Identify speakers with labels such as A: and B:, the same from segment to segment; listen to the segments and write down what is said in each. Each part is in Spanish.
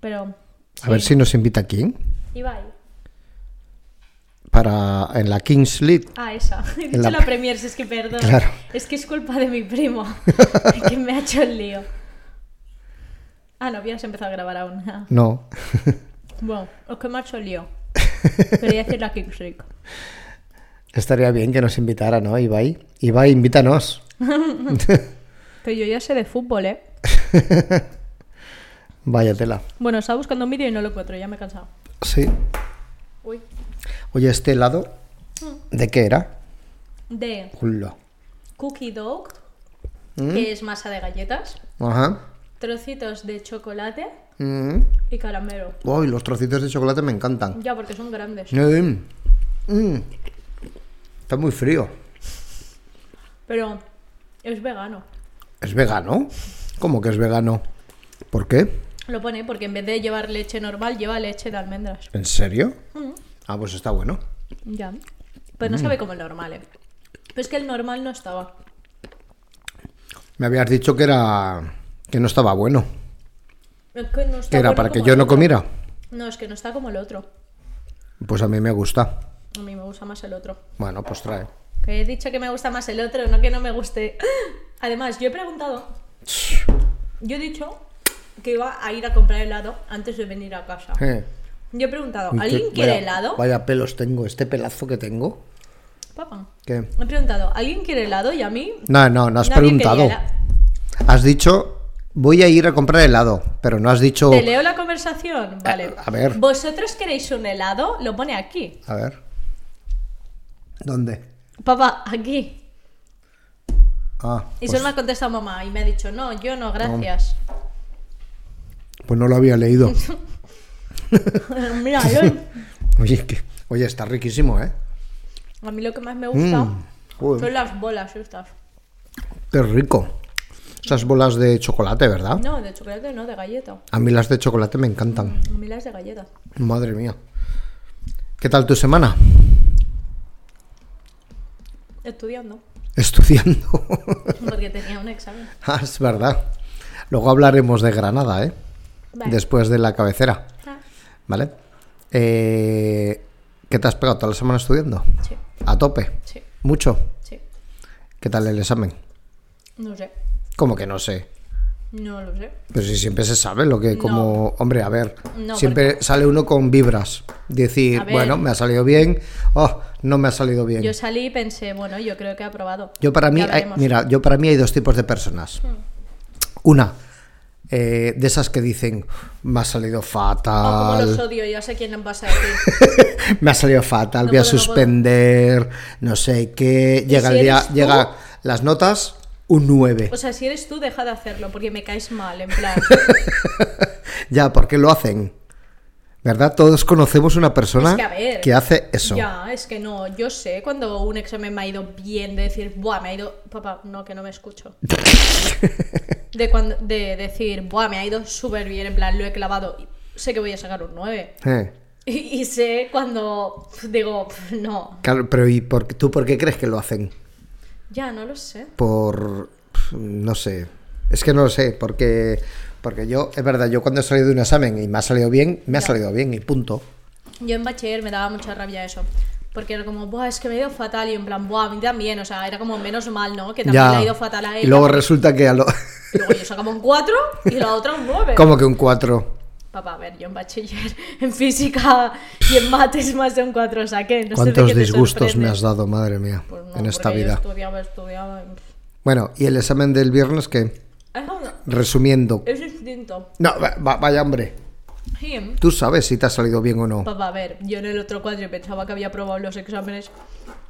A: Pero
B: A ver si nos invita quién.
A: Ibai.
B: Para, en la Kings League.
A: Ah, esa. He dicho
B: la-
A: la... Premier, si es que perdón.
B: Claro.
A: Es que es culpa de mi primo, que me ha hecho el lío. Ah, no, habías empezado a grabar aún. Ah.
B: No.
A: Bueno, es que me ha hecho el lío. Quería decir la Kings League.
B: Estaría bien que nos invitara, ¿no, Ibai? Ibai, invítanos.
A: Que yo ya sé de fútbol, ¿eh?
B: Vaya tela.
A: Bueno, estaba buscando un vídeo y no lo encuentro, ya me he cansado.
B: Sí.
A: Uy.
B: Oye, este helado, ¿de qué era?
A: De
B: Culo.
A: Cookie Dog, que es masa de galletas,
B: Ajá.
A: trocitos de chocolate
B: Mm.
A: y caramelo.
B: Uy, los trocitos de chocolate me encantan.
A: Ya, porque son grandes.
B: Mm. Mm. Está muy frío.
A: Pero es vegano.
B: ¿Es vegano? ¿Cómo que es vegano? ¿Por qué?
A: Lo pone porque en vez de llevar leche normal, lleva leche de almendras.
B: ¿En serio? Ah, pues está bueno.
A: Ya. Pero
B: Mm.
A: no sabe como el normal, ¿eh? Pero es que el normal no estaba.
B: Me habías dicho que era. que no estaba bueno.
A: Es que no está
B: Que era
A: bueno
B: para que
A: como
B: yo
A: el
B: no
A: otro.
B: comiera.
A: No, es que no está como el otro.
B: Pues a mí me gusta.
A: A mí me gusta más el otro.
B: Bueno, pues trae.
A: Que he dicho que me gusta más el otro, no que no me guste. Además, yo he preguntado. Yo he dicho que iba a ir a comprar helado antes de venir a casa.
B: Eh.
A: Yo he preguntado,
B: Uy,
A: ¿alguien
B: qué-
A: quiere
B: vaya-
A: helado?
B: Vaya pelos tengo, este pelazo que tengo.
A: Papá.
B: ¿Qué?
A: He preguntado, ¿alguien quiere helado? Y a mí.
B: No, no, no has
A: nadie
B: preguntado.
A: quería hela-
B: Has dicho, voy a ir a comprar helado, pero no has dicho...
A: ¿Te leo la conversación? Vale.
B: a ver.
A: ¿Vosotros queréis un helado? Lo pone aquí.
B: A ver. ¿Dónde?
A: Papá, aquí.
B: Ah,
A: Y
B: pues,
A: solo me ha contestado mamá y me ha dicho, no, yo no, gracias.
B: pues no lo había leído.
A: Mira, yo-
B: Oye, que- oye, está riquísimo, ¿eh?
A: a mí lo que más me gusta
B: Mm, joder.
A: son las bolas estas.
B: Qué rico. Esas bolas de chocolate, ¿verdad?
A: No, de chocolate no, de galleta.
B: A mí las de chocolate me encantan.
A: A mí las de galleta.
B: Madre mía. ¿Qué tal tu semana?
A: Estudiando,
B: Estudiando.
A: porque tenía un examen.
B: ah, es verdad. Luego hablaremos de Granada, ¿eh?
A: Vale.
B: Después de la cabecera.
A: Ah,
B: ¿Vale? Eh, ¿Qué te has pegado toda la semana estudiando?
A: sí,
B: A tope.
A: sí,
B: Mucho.
A: sí.
B: ¿Qué tal el examen?
A: No sé,
B: Como que no sé.
A: no lo sé.
B: Pero si siempre se sabe lo que como... Hombre, a ver.
A: No,
B: siempre sale uno con vibras. Decir,
A: A ver.
B: bueno, me ha salido bien. Oh, no me ha salido bien. Yo,
A: Yo salí y pensé, bueno, yo creo que he aprobado.
B: para mí...
A: Ya
B: Hay,
A: veremos.
B: mira, yo para mí hay dos tipos de personas.
A: Hmm.
B: Una, eh, de esas que dicen, me ha salido
A: Oh, como los
B: fatal.
A: odio, ya sé quién va a ser aquí.
B: me ha salido fatal,
A: No
B: voy a
A: puedo, no puedo.
B: suspender, no, sé qué. Llega
A: si
B: el día,
A: eres tú? Pues
B: llega las notas, un 9.
A: O sea, si eres tú, deja de hacerlo, porque me caes mal, en plan.
B: ya, ¿por qué lo hacen? ¿Verdad? Todos conocemos una persona
A: Es que, a ver,
B: hace eso.
A: Ya, es que no, yo sé cuando un examen me ha ido bien de decir, buah, me ha ido, papá, no, que no me escucho. De, cuando, de decir, buah, me ha ido súper bien, en plan, lo he clavado, y sé que voy a sacar un 9.
B: Eh,
A: Y, y sé cuando digo, no,
B: claro, pero ¿y por, qué- tú por qué crees que lo hacen?
A: ya, no lo sé.
B: Por... pf, no sé. Es que no lo sé, porque, porque yo, es verdad, yo cuando he salido de un examen y me ha salido bien, me ha
A: Ya.
B: salido bien y punto.
A: Yo en bachiller me daba mucha rabia eso. Porque era como, buah, es que me ha ido fatal. Y en plan, buah, a mí también. O sea, era como menos mal, ¿no? Que también le ha ido fatal a él.
B: y luego resulta que a lo...
A: Y luego yo sacaba un 4 y la otra un 9.
B: como que un 4.
A: Papá, a ver, yo en bachiller, en física y en mates más de un 4 saqué. No sé de
B: ¿Cuántos
A: qué te
B: disgustos me
A: sorprendes.
B: has dado, madre mía,
A: Pues no,
B: en esta
A: porque yo
B: vida?
A: estudiaba, estudiaba. y-
B: Bueno, ¿y el examen del viernes qué?
A: Ah, no, no,
B: Resumiendo.
A: Es distinto.
B: No, va- va- vaya hombre.
A: Sí.
B: Tú sabes si te ha salido bien o no.
A: Papá, a ver, yo en el otro cuadro pensaba que había aprobado los exámenes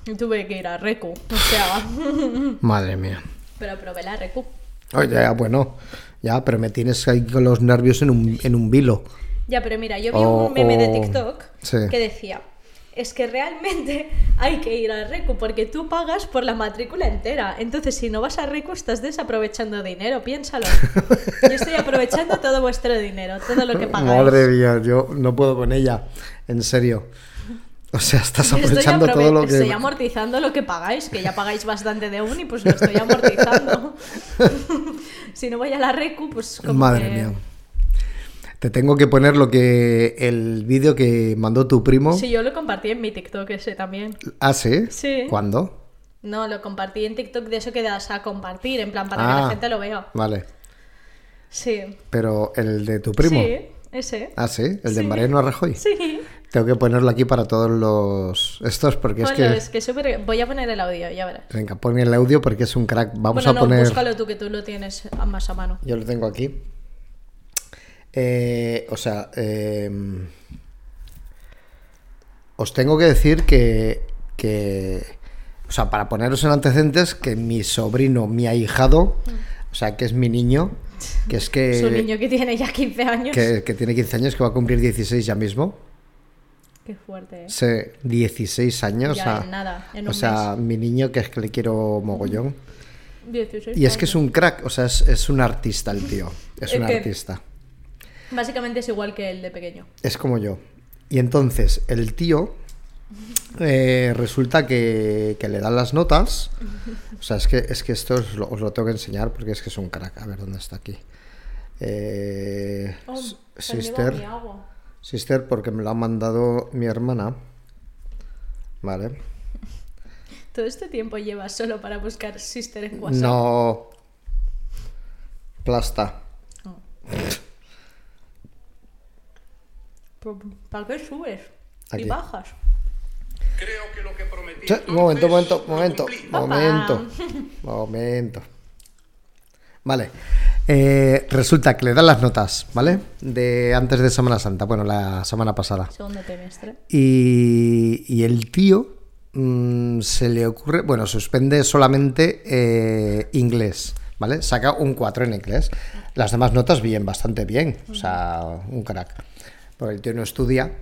A: y tuve que ir a Recu. O sea, Mm.
B: Madre mía.
A: pero aprobé la Recu.
B: Oye, ya, bueno, ya, pero me tienes ahí con los nervios en un, en un vilo.
A: Ya, pero mira, yo vi
B: O-
A: un meme de
B: o-
A: TikTok
B: Oh, sí.
A: que decía, es que realmente hay que ir a Recu porque tú pagas por la matrícula entera. Entonces, si no vas a Recu, estás desaprovechando dinero, piénsalo. Yo estoy aprovechando todo vuestro dinero, todo lo que pagáis.
B: Madre mía, yo no puedo con ella, en serio. O sea, estás
A: Yo estoy
B: aprovechando
A: aprove-
B: todo lo que...
A: Estoy amortizando lo que pagáis, que ya pagáis bastante de uni, pues lo estoy amortizando. si no voy a la Recu, pues como
B: Madre
A: que-
B: mía. Te tengo que poner lo que el vídeo que mandó tu primo.
A: Sí, yo lo compartí en mi TikTok ese también.
B: Ah, sí.
A: Sí.
B: ¿Cuándo?
A: No, lo compartí en TikTok de eso que das a compartir, en plan para que
B: Ah.
A: la gente lo vea.
B: Vale.
A: Sí.
B: Pero el de tu primo.
A: Sí, ese.
B: Ah, sí. El de
A: Sí.
B: Mariano Rajoy.
A: Sí.
B: Tengo que ponerlo aquí para todos los estos porque
A: Bueno,
B: es que
A: es que súper- Voy a poner el audio, ya verás.
B: venga pon el audio porque es un crack. Vamos
A: bueno,
B: a
A: no,
B: poner.
A: búscalo tú que tú lo tienes a- más a mano.
B: Yo lo tengo aquí. Eh, o sea, eh, os tengo que decir que, que, o sea, para poneros en antecedentes, que mi sobrino, mi ahijado, o sea, que es mi niño, que es que,
A: Es un niño que tiene ya 15 años.
B: Eh, que, que tiene 15 años, que va a cumplir 16 ya mismo,
A: Qué fuerte, ¿eh?
B: sé, 16 años,
A: Ya,
B: o sea,
A: en nada, en
B: o
A: un
B: sea mi niño que es que le quiero mogollón.
A: 16
B: Y es que
A: años.
B: es un crack, o sea, es, es un artista el tío, es
A: Es
B: un
A: que-
B: artista.
A: Básicamente es igual que el de pequeño.
B: Es como yo. Y entonces el tío eh, resulta que, que le dan las notas. O sea, es que, es que esto os lo, os lo tengo que enseñar porque es que es un crack. A ver dónde está aquí. Eh,
A: Oh,
B: s-
A: se me va mi
B: sister,
A: agua.
B: sister, porque me lo ha mandado mi hermana. Vale.
A: Todo este tiempo llevas solo para buscar sister en WhatsApp.
B: No. Plasta.
A: Oh. Pero, ¿Para qué Pues, subes?
B: Aquí.
A: Y bajas.
C: Creo que lo que prometí.
B: Che, un momento, un momento,
C: entonces,
B: un momento,
C: lo cumplí.
A: Papá.
B: momento, momento. Vale. Eh, resulta que le dan las notas, ¿vale? De antes de Semana Santa, bueno, la semana pasada.
A: Segundo trimestre.
B: Y, y el tío mm, se le ocurre, bueno, suspende solamente eh, inglés, ¿vale? Saca un 4 en inglés. Las demás notas bien, bastante bien. O sea, un crack. Porque el tío no estudia,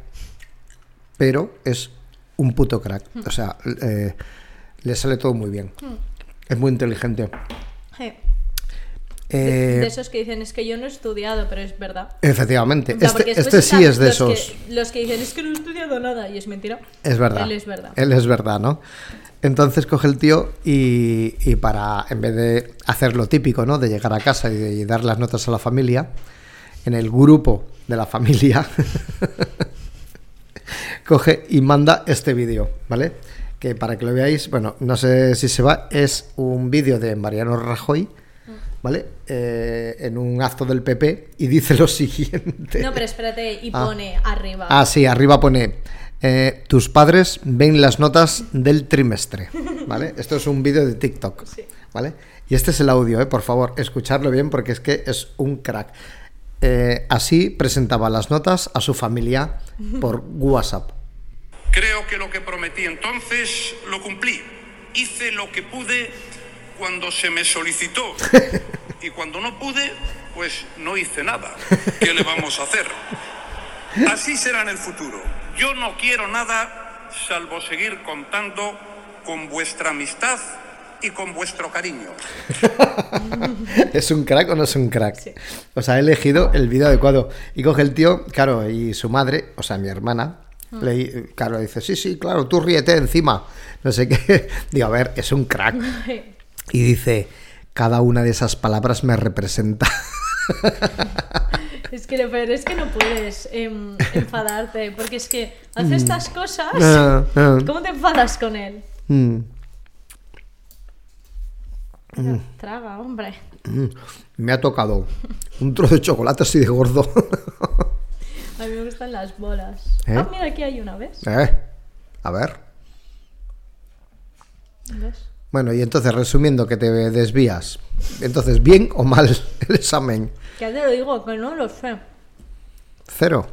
B: pero es un puto crack. O sea, eh, le sale todo muy bien.
A: Hmm.
B: Es muy inteligente.
A: Je.
B: Eh,
A: de esos que dicen, es que yo no he estudiado, pero es verdad.
B: efectivamente.
A: En plan,
B: Este,
A: porque después
B: este sí
A: están
B: es de
A: los que-
B: esos.
A: los que dicen, es que no he estudiado nada, y es mentira.
B: Es verdad.
A: Él es verdad.
B: Él es verdad, ¿no? Entonces coge el tío y, y para, en vez de hacer lo típico, ¿no? De llegar a casa y, de- y dar las notas a la familia, en el grupo de la familia, coge y manda este vídeo, ¿vale? Que para que lo veáis, bueno, no sé si se va, es un vídeo de Mariano Rajoy, ¿vale? Eh, en un acto del PP y dice lo siguiente.
A: No, pero espérate, y
B: Este- Ah.
A: pone arriba.
B: Ah, sí, arriba pone. eh, tus padres ven las notas del trimestre. ¿Vale? Esto es un vídeo de TikTok.
A: Sí.
B: ¿Vale? Y este es el audio, ¿eh? por favor, escucharlo bien porque es que es un crack. Eh, así presentaba las notas a su familia por WhatsApp.
C: Creo que lo que prometí entonces lo cumplí. Hice lo que pude cuando se me solicitó. Y cuando no pude, pues no hice nada. ¿Qué le vamos a hacer? Así será en el futuro. Yo no quiero nada salvo seguir contando con vuestra amistad y con vuestro cariño.
B: ¿Es un crack o no es un crack?
A: Sí.
B: O sea, he elegido el vídeo adecuado. Y coge el tío, claro, y su madre, o sea, mi hermana,
A: Ah.
B: le, di- claro, dice, sí, sí, claro, tú ríete encima. No sé qué. Digo, a ver, es un crack.
A: Je.
B: Y dice, cada una de esas palabras me representa.
A: Es que lo peor es que no puedes em, enfadarte, porque es que
B: Mm.
A: hace estas cosas.
B: Ah, ah.
A: ¿Cómo te enfadas con él?
B: Mm,
A: Traga, hombre.
B: mm. Me ha tocado un trozo de chocolate así de gordo.
A: A mí me gustan las bolas.
B: ¿Eh?
A: Ah, mira, aquí hay una, ¿ves?
B: Eh, A ver.
A: ¿Ves?
B: Bueno, y entonces, resumiendo que te desvías. Entonces, ¿bien o mal el examen?
A: Ya te lo digo, que no lo sé.
B: Cero.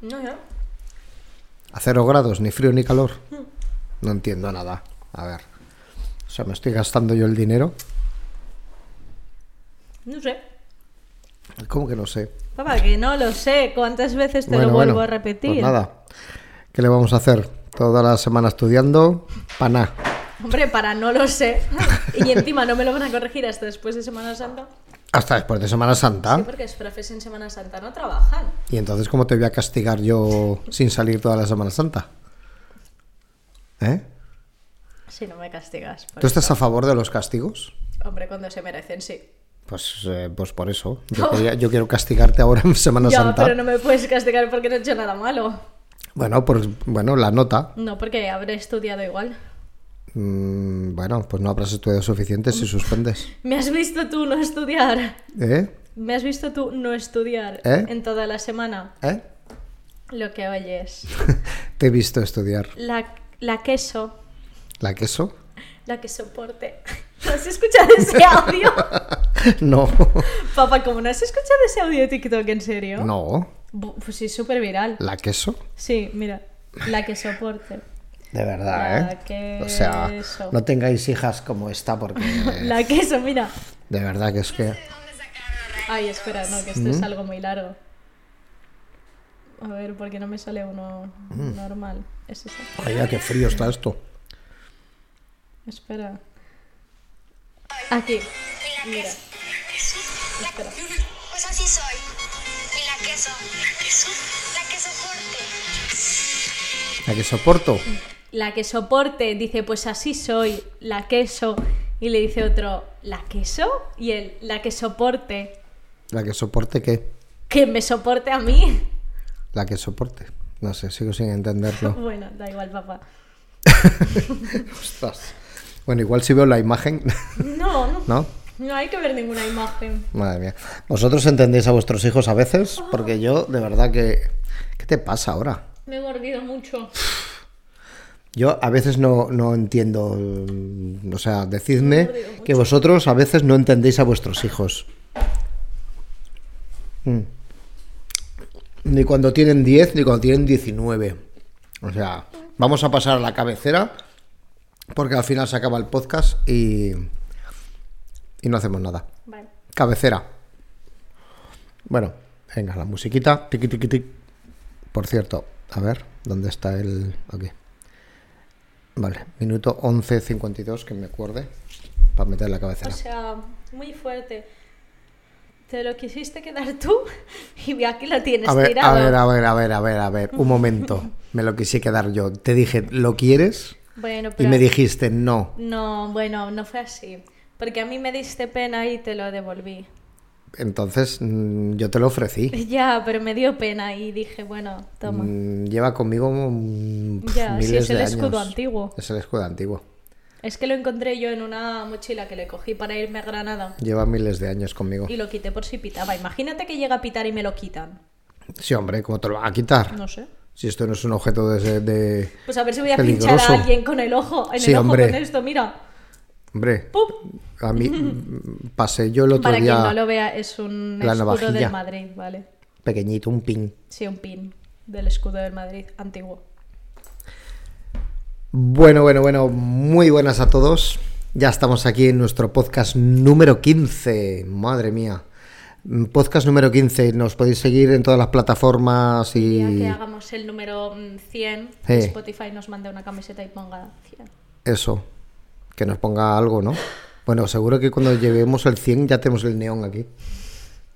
A: No sé.
B: A cero grados, ni frío ni calor. No entiendo nada. A ver. O sea, me estoy gastando yo el dinero.
A: No sé.
B: ¿Cómo que no sé?
A: Papá, que no lo sé. ¿Cuántas veces te lo
B: Bueno,
A: vuelvo
B: bueno,
A: a repetir?
B: Pues nada. ¿Qué le vamos a hacer? Toda la semana estudiando. Paná.
A: Hombre, para no lo sé. y encima no me lo van a corregir hasta después de Semana Santa.
B: Hasta después de Semana Santa.
A: Sí, porque los profes en Semana Santa no trabajan.
B: Y entonces, ¿cómo te voy a castigar yo sin salir toda la Semana Santa? ¿Eh?
A: Si no me castigas. por
B: ¿Tú estás
A: esto.
B: a favor de los castigos?
A: Hombre, cuando se merecen, sí.
B: Pues, eh, pues por eso. Yo, quería- yo quiero castigarte ahora en Semana
A: Ya,
B: Santa.
A: pero no me puedes castigar porque no he hecho nada malo.
B: Bueno, pues bueno, la nota.
A: No, porque habré estudiado igual.
B: Mm, bueno, pues no habrás estudiado suficiente si suspendes.
A: Me has visto tú no estudiar.
B: ¿Eh?
A: Me has visto tú no estudiar
B: ¿Eh?
A: en toda la semana.
B: ¿Eh?
A: Lo que oyes.
B: Te he visto estudiar.
A: La, la queso.
B: ¿La queso?
A: La que soporte. ¿No has escuchado ese audio?
B: No.
A: Papá, ¿cómo no has escuchado ese audio de TikTok en serio?
B: No.
A: Bu- Pues sí, súper viral.
B: ¿La queso?
A: Sí, mira. La que soporte.
B: De verdad,
A: La
B: ¿eh? O sea,
A: queso.
B: no tengáis hijas como esta porque
A: La queso, mira.
B: de verdad que es que...
A: Ay, espera, no, que esto
B: Mm.
A: es algo muy largo. A ver, porque no me sale uno
B: Mm.
A: normal. Es ese.
B: Vaya, qué frío está esto.
A: Espera. Aquí. Mira. Espera.
D: Pues así soy. Y la queso. ¿La queso? La queso fuerte.
B: La que soporto.
A: La que soporte dice, pues así soy, la queso. Y le dice otro, ¿la queso? Y él, la que soporte.
B: La que soporte qué.
A: Que me soporte a mí.
B: La que soporte. No sé, sigo sin entenderlo.
A: Bueno, da igual, papá.
B: Ostras. Bueno, igual si veo la imagen,
A: No, no.
B: ¿no?
A: No hay que ver ninguna imagen.
B: Madre mía. ¿Vosotros entendéis a vuestros hijos a veces? Porque yo, de verdad que... ¿Qué te pasa ahora?
A: Me he mordido mucho.
B: Yo a veces no, no entiendo, mm, o sea, decidme que vosotros a veces no entendéis a vuestros hijos. Mm. Ni cuando tienen 10, ni cuando tienen 19. O sea, vamos a pasar a la cabecera, porque al final se acaba el podcast y, y no hacemos nada.
A: Vale.
B: Cabecera. Bueno, venga, la musiquita. Tiqui, tiqui, tic. Por cierto, a ver, ¿dónde está el...? Aquí. Vale, minuto 11.52, que me acuerde, para meter la
A: O
B: cabecera.
A: sea, muy fuerte. Te lo quisiste quedar tú y aquí lo tienes
B: A ver, a
A: tirado.
B: ver, a ver, a ver, a ver, a ver, un momento. Me lo quise quedar yo. Te dije, ¿lo quieres?
A: Bueno,
B: Y
A: pero
B: me dijiste, no.
A: No, bueno, no fue así. Porque a mí me diste pena y te lo devolví.
B: Entonces mm, yo te lo ofrecí.
A: Ya, pero me dio pena y dije, bueno, toma.
B: Mm, Lleva conmigo mm, pf,
A: Ya, sí,
B: miles
A: es el
B: de
A: escudo
B: años.
A: antiguo.
B: Es el escudo antiguo.
A: Es que lo encontré yo en una mochila que le cogí para irme a Granada
B: Lleva miles de años conmigo.
A: y lo quité por si pitaba. Imagínate que llega a pitar y me lo quitan.
B: Sí, hombre, ¿cómo te lo van a quitar?
A: No sé.
B: Si esto no es un objeto de... de-
A: Pues a ver si voy a pinchar
B: Peligroso.
A: a alguien con el ojo, en
B: Sí,
A: el ojo
B: hombre.
A: con esto, mira.
B: Hombre,
A: ¡Pup!
B: a mí mm, pasé yo el otro
A: Para
B: día
A: quien no lo vea, es un
B: la
A: escudo
B: navajilla.
A: del Madrid, ¿vale?
B: pequeñito, un pin.
A: Sí, un pin del escudo del Madrid antiguo.
B: Bueno, bueno, bueno, muy buenas a todos. Ya estamos aquí en nuestro podcast número 15. Madre mía. Mm, Podcast número 15. Nos podéis seguir en todas las plataformas
A: El día
B: y...
A: que hagamos el número mm, 100,
B: Sí.
A: Spotify nos manda una camiseta y ponga 100.
B: Eso. Que nos ponga algo, ¿no? Bueno, seguro que cuando llevemos el 100 ya tenemos el neón aquí.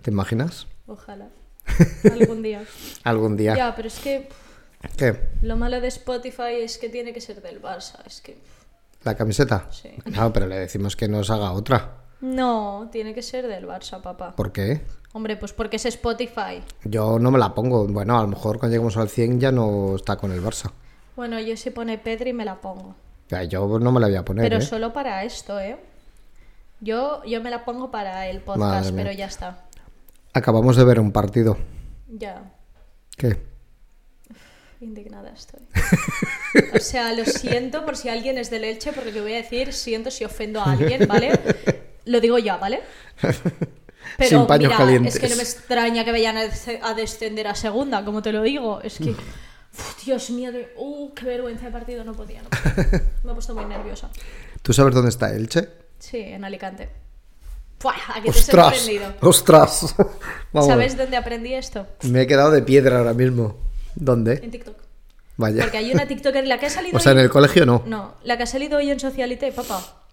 B: ¿Te imaginas?
A: Ojalá. Algún día.
B: Algún día.
A: Ya, pero es que pff,
B: ¿Qué?
A: lo malo de Spotify es que tiene que ser del Barça. Es que.
B: ¿La camiseta?
A: Sí.
B: No, pero le decimos que nos haga otra.
A: No, tiene que ser del Barça, papá.
B: ¿Por qué?
A: Hombre, pues porque es Spotify.
B: Yo no me la pongo. Bueno, a lo mejor cuando lleguemos al 100 ya no está con el Barça.
A: Bueno, yo si pone Pedri me la pongo.
B: Ya, yo no me la voy a poner.
A: Pero
B: ¿eh?
A: solo para esto, ¿eh? Yo, yo me la pongo para el podcast,
B: Madre mía.
A: pero ya está.
B: Acabamos de ver un partido.
A: Ya.
B: ¿Qué?
A: Indignada estoy. O sea, lo siento por si alguien es del Elche, porque lo voy a decir, siento si ofendo a alguien, ¿vale? Lo digo ya, ¿vale? Pero
B: Sin paños
A: mira,
B: calientes.
A: es que no me extraña que vayan a desc- a descender a segunda, como te lo digo. Es
B: Mm.
A: que, Uf, Dios mío, de- uh, qué vergüenza de partido, no podía, no podía. Me he puesto muy nerviosa.
B: ¿Tú sabes dónde está Elche?
A: Sí, en Alicante. ¡Fua! Aquí te he
B: ¡Ostras!
A: sorprendido.
B: ¡Ostras! Vamos.
A: ¿Sabes dónde aprendí esto?
B: Me he quedado de piedra ahora mismo.
A: En
B: ¿Dónde?
A: TikTok.
B: Vaya.
A: Porque hay una TikToker, la que ha salido
B: O sea, en
A: hoy-
B: el colegio no.
A: No, la que ha salido hoy en Socialité, papá.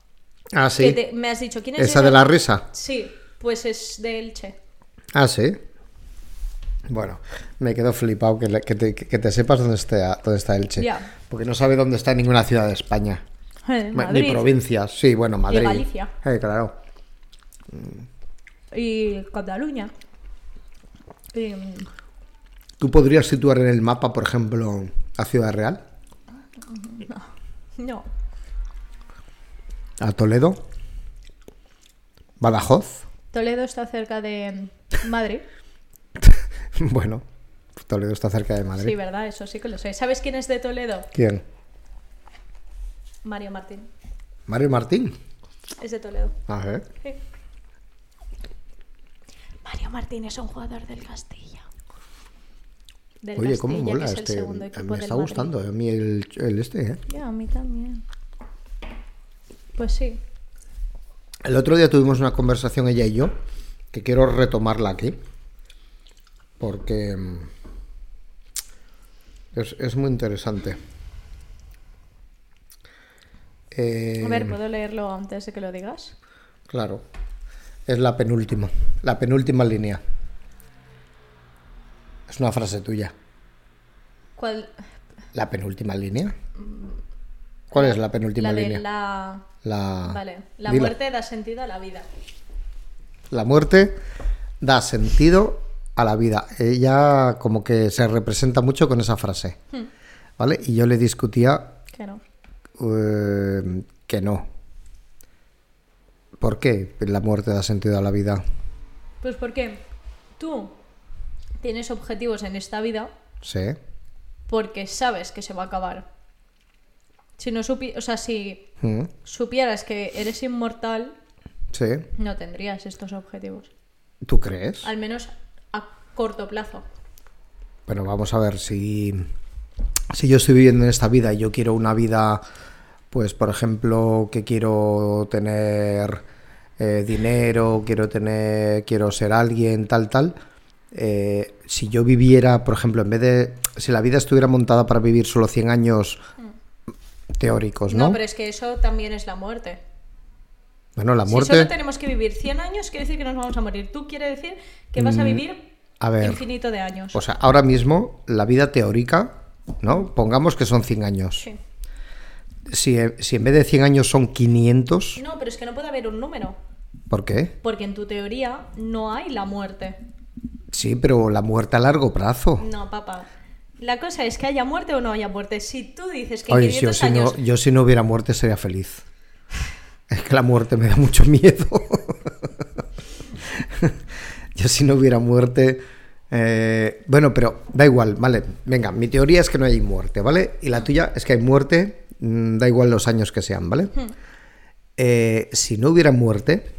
B: Ah,
A: Que
B: sí.
A: te- me has dicho, ¿quién es
B: Esa
A: esa?
B: de la risa.
A: Sí, pues es del Che.
B: Ah, sí. Bueno, me quedo flipado que, le- que te, que te sepas dónde está, dónde está Elche.
A: Ya.
B: Porque no sabe dónde está ninguna ciudad de España.
A: Eh,
B: Ma-
A: Madrid.
B: Eh, Ni provincias. Sí, bueno, Madrid.
A: Galicia.
B: Eh, claro.
A: y Cataluña. Y, mm,
B: ¿Tú podrías situar en el mapa, por ejemplo, a Ciudad Real?
A: no,
B: ¿A Toledo? ¿Badajoz?
A: Toledo está cerca de Madrid.
B: Bueno, Toledo está cerca de Madrid.
A: Sí, ¿verdad? Eso sí que lo sé. ¿Sabes quién es de Toledo?
B: ¿Quién?
A: Mario Martín.
B: Mario Martín.
A: Es de Toledo.
B: A ver.
A: Mario Martín es un jugador del Castilla. Del
B: Oye, cómo
A: Castilla,
B: mola
A: que es el
B: este.
A: segundo
B: Me está
A: equipo del Madrid.
B: gustando eh, a mí el, el este, ¿eh?
A: Ya, a mí también. Pues sí.
B: El otro día tuvimos una conversación ella y yo, que quiero retomarla aquí, porque mm, es, es muy interesante. Eh,
A: A ver, pues. ¿puedo leerlo antes de que lo digas?
B: Claro, es la penúltima, la penúltima línea. Es una frase tuya.
A: ¿Cuál?
B: ¿La penúltima línea? ¿Cuál es la penúltima
A: La de
B: línea?
A: la...
B: La-
A: Vale. La
B: Ah, Dila.
A: muerte da sentido a la vida.
B: La muerte da sentido a la vida. Ella como que se representa mucho con esa frase. ¿Vale? Y yo le discutía
A: Que no.
B: eh, que no. ¿Por qué la muerte da sentido a la vida?
A: Pues porque tú tienes objetivos en esta vida
B: Sí.
A: porque sabes que se va a acabar. Si no supi... O sea, si
B: Mm,
A: supieras que eres inmortal,
B: Sí.
A: no tendrías estos objetivos.
B: ¿Tú crees?
A: Al menos a corto plazo.
B: Bueno, vamos a ver si, si yo estoy viviendo en esta vida y yo quiero una vida, pues por ejemplo, que quiero tener eh, dinero, quiero tener, quiero ser alguien, tal, tal. eh, si yo viviera, por ejemplo, en vez de, si la vida estuviera montada para vivir solo 100 años teóricos, Pues ¿no?
A: No, pero es que eso también es la muerte.
B: Bueno, la
A: Si
B: muerte.
A: solo tenemos que vivir 100 años, quiere decir que nos vamos a morir. Tú quiere decir que vas a vivir
B: Mm, a ver. Pues
A: infinito de años.
B: O sea, ahora mismo la vida teórica, ¿no? Pongamos que son 100 años.
A: Sí.
B: Si, si en vez de 100 años son 500,
A: No, pero es que no puede haber un número.
B: ¿por qué?
A: Porque en tu teoría no hay la muerte.
B: Sí, pero la muerte a largo plazo.
A: No, papá. La cosa es que haya muerte o no haya muerte. Si tú dices que
B: Oye, yo
A: 500
B: si,
A: años...
B: no, yo si no hubiera muerte sería feliz. Es que la muerte me da mucho miedo. yo si no hubiera muerte... eh, bueno, pero da igual, ¿vale? Venga, mi teoría es que no hay muerte, ¿vale? Y la tuya es que hay muerte, mm, da igual los años que sean, ¿vale?
A: Hmm.
B: Eh, si no hubiera muerte,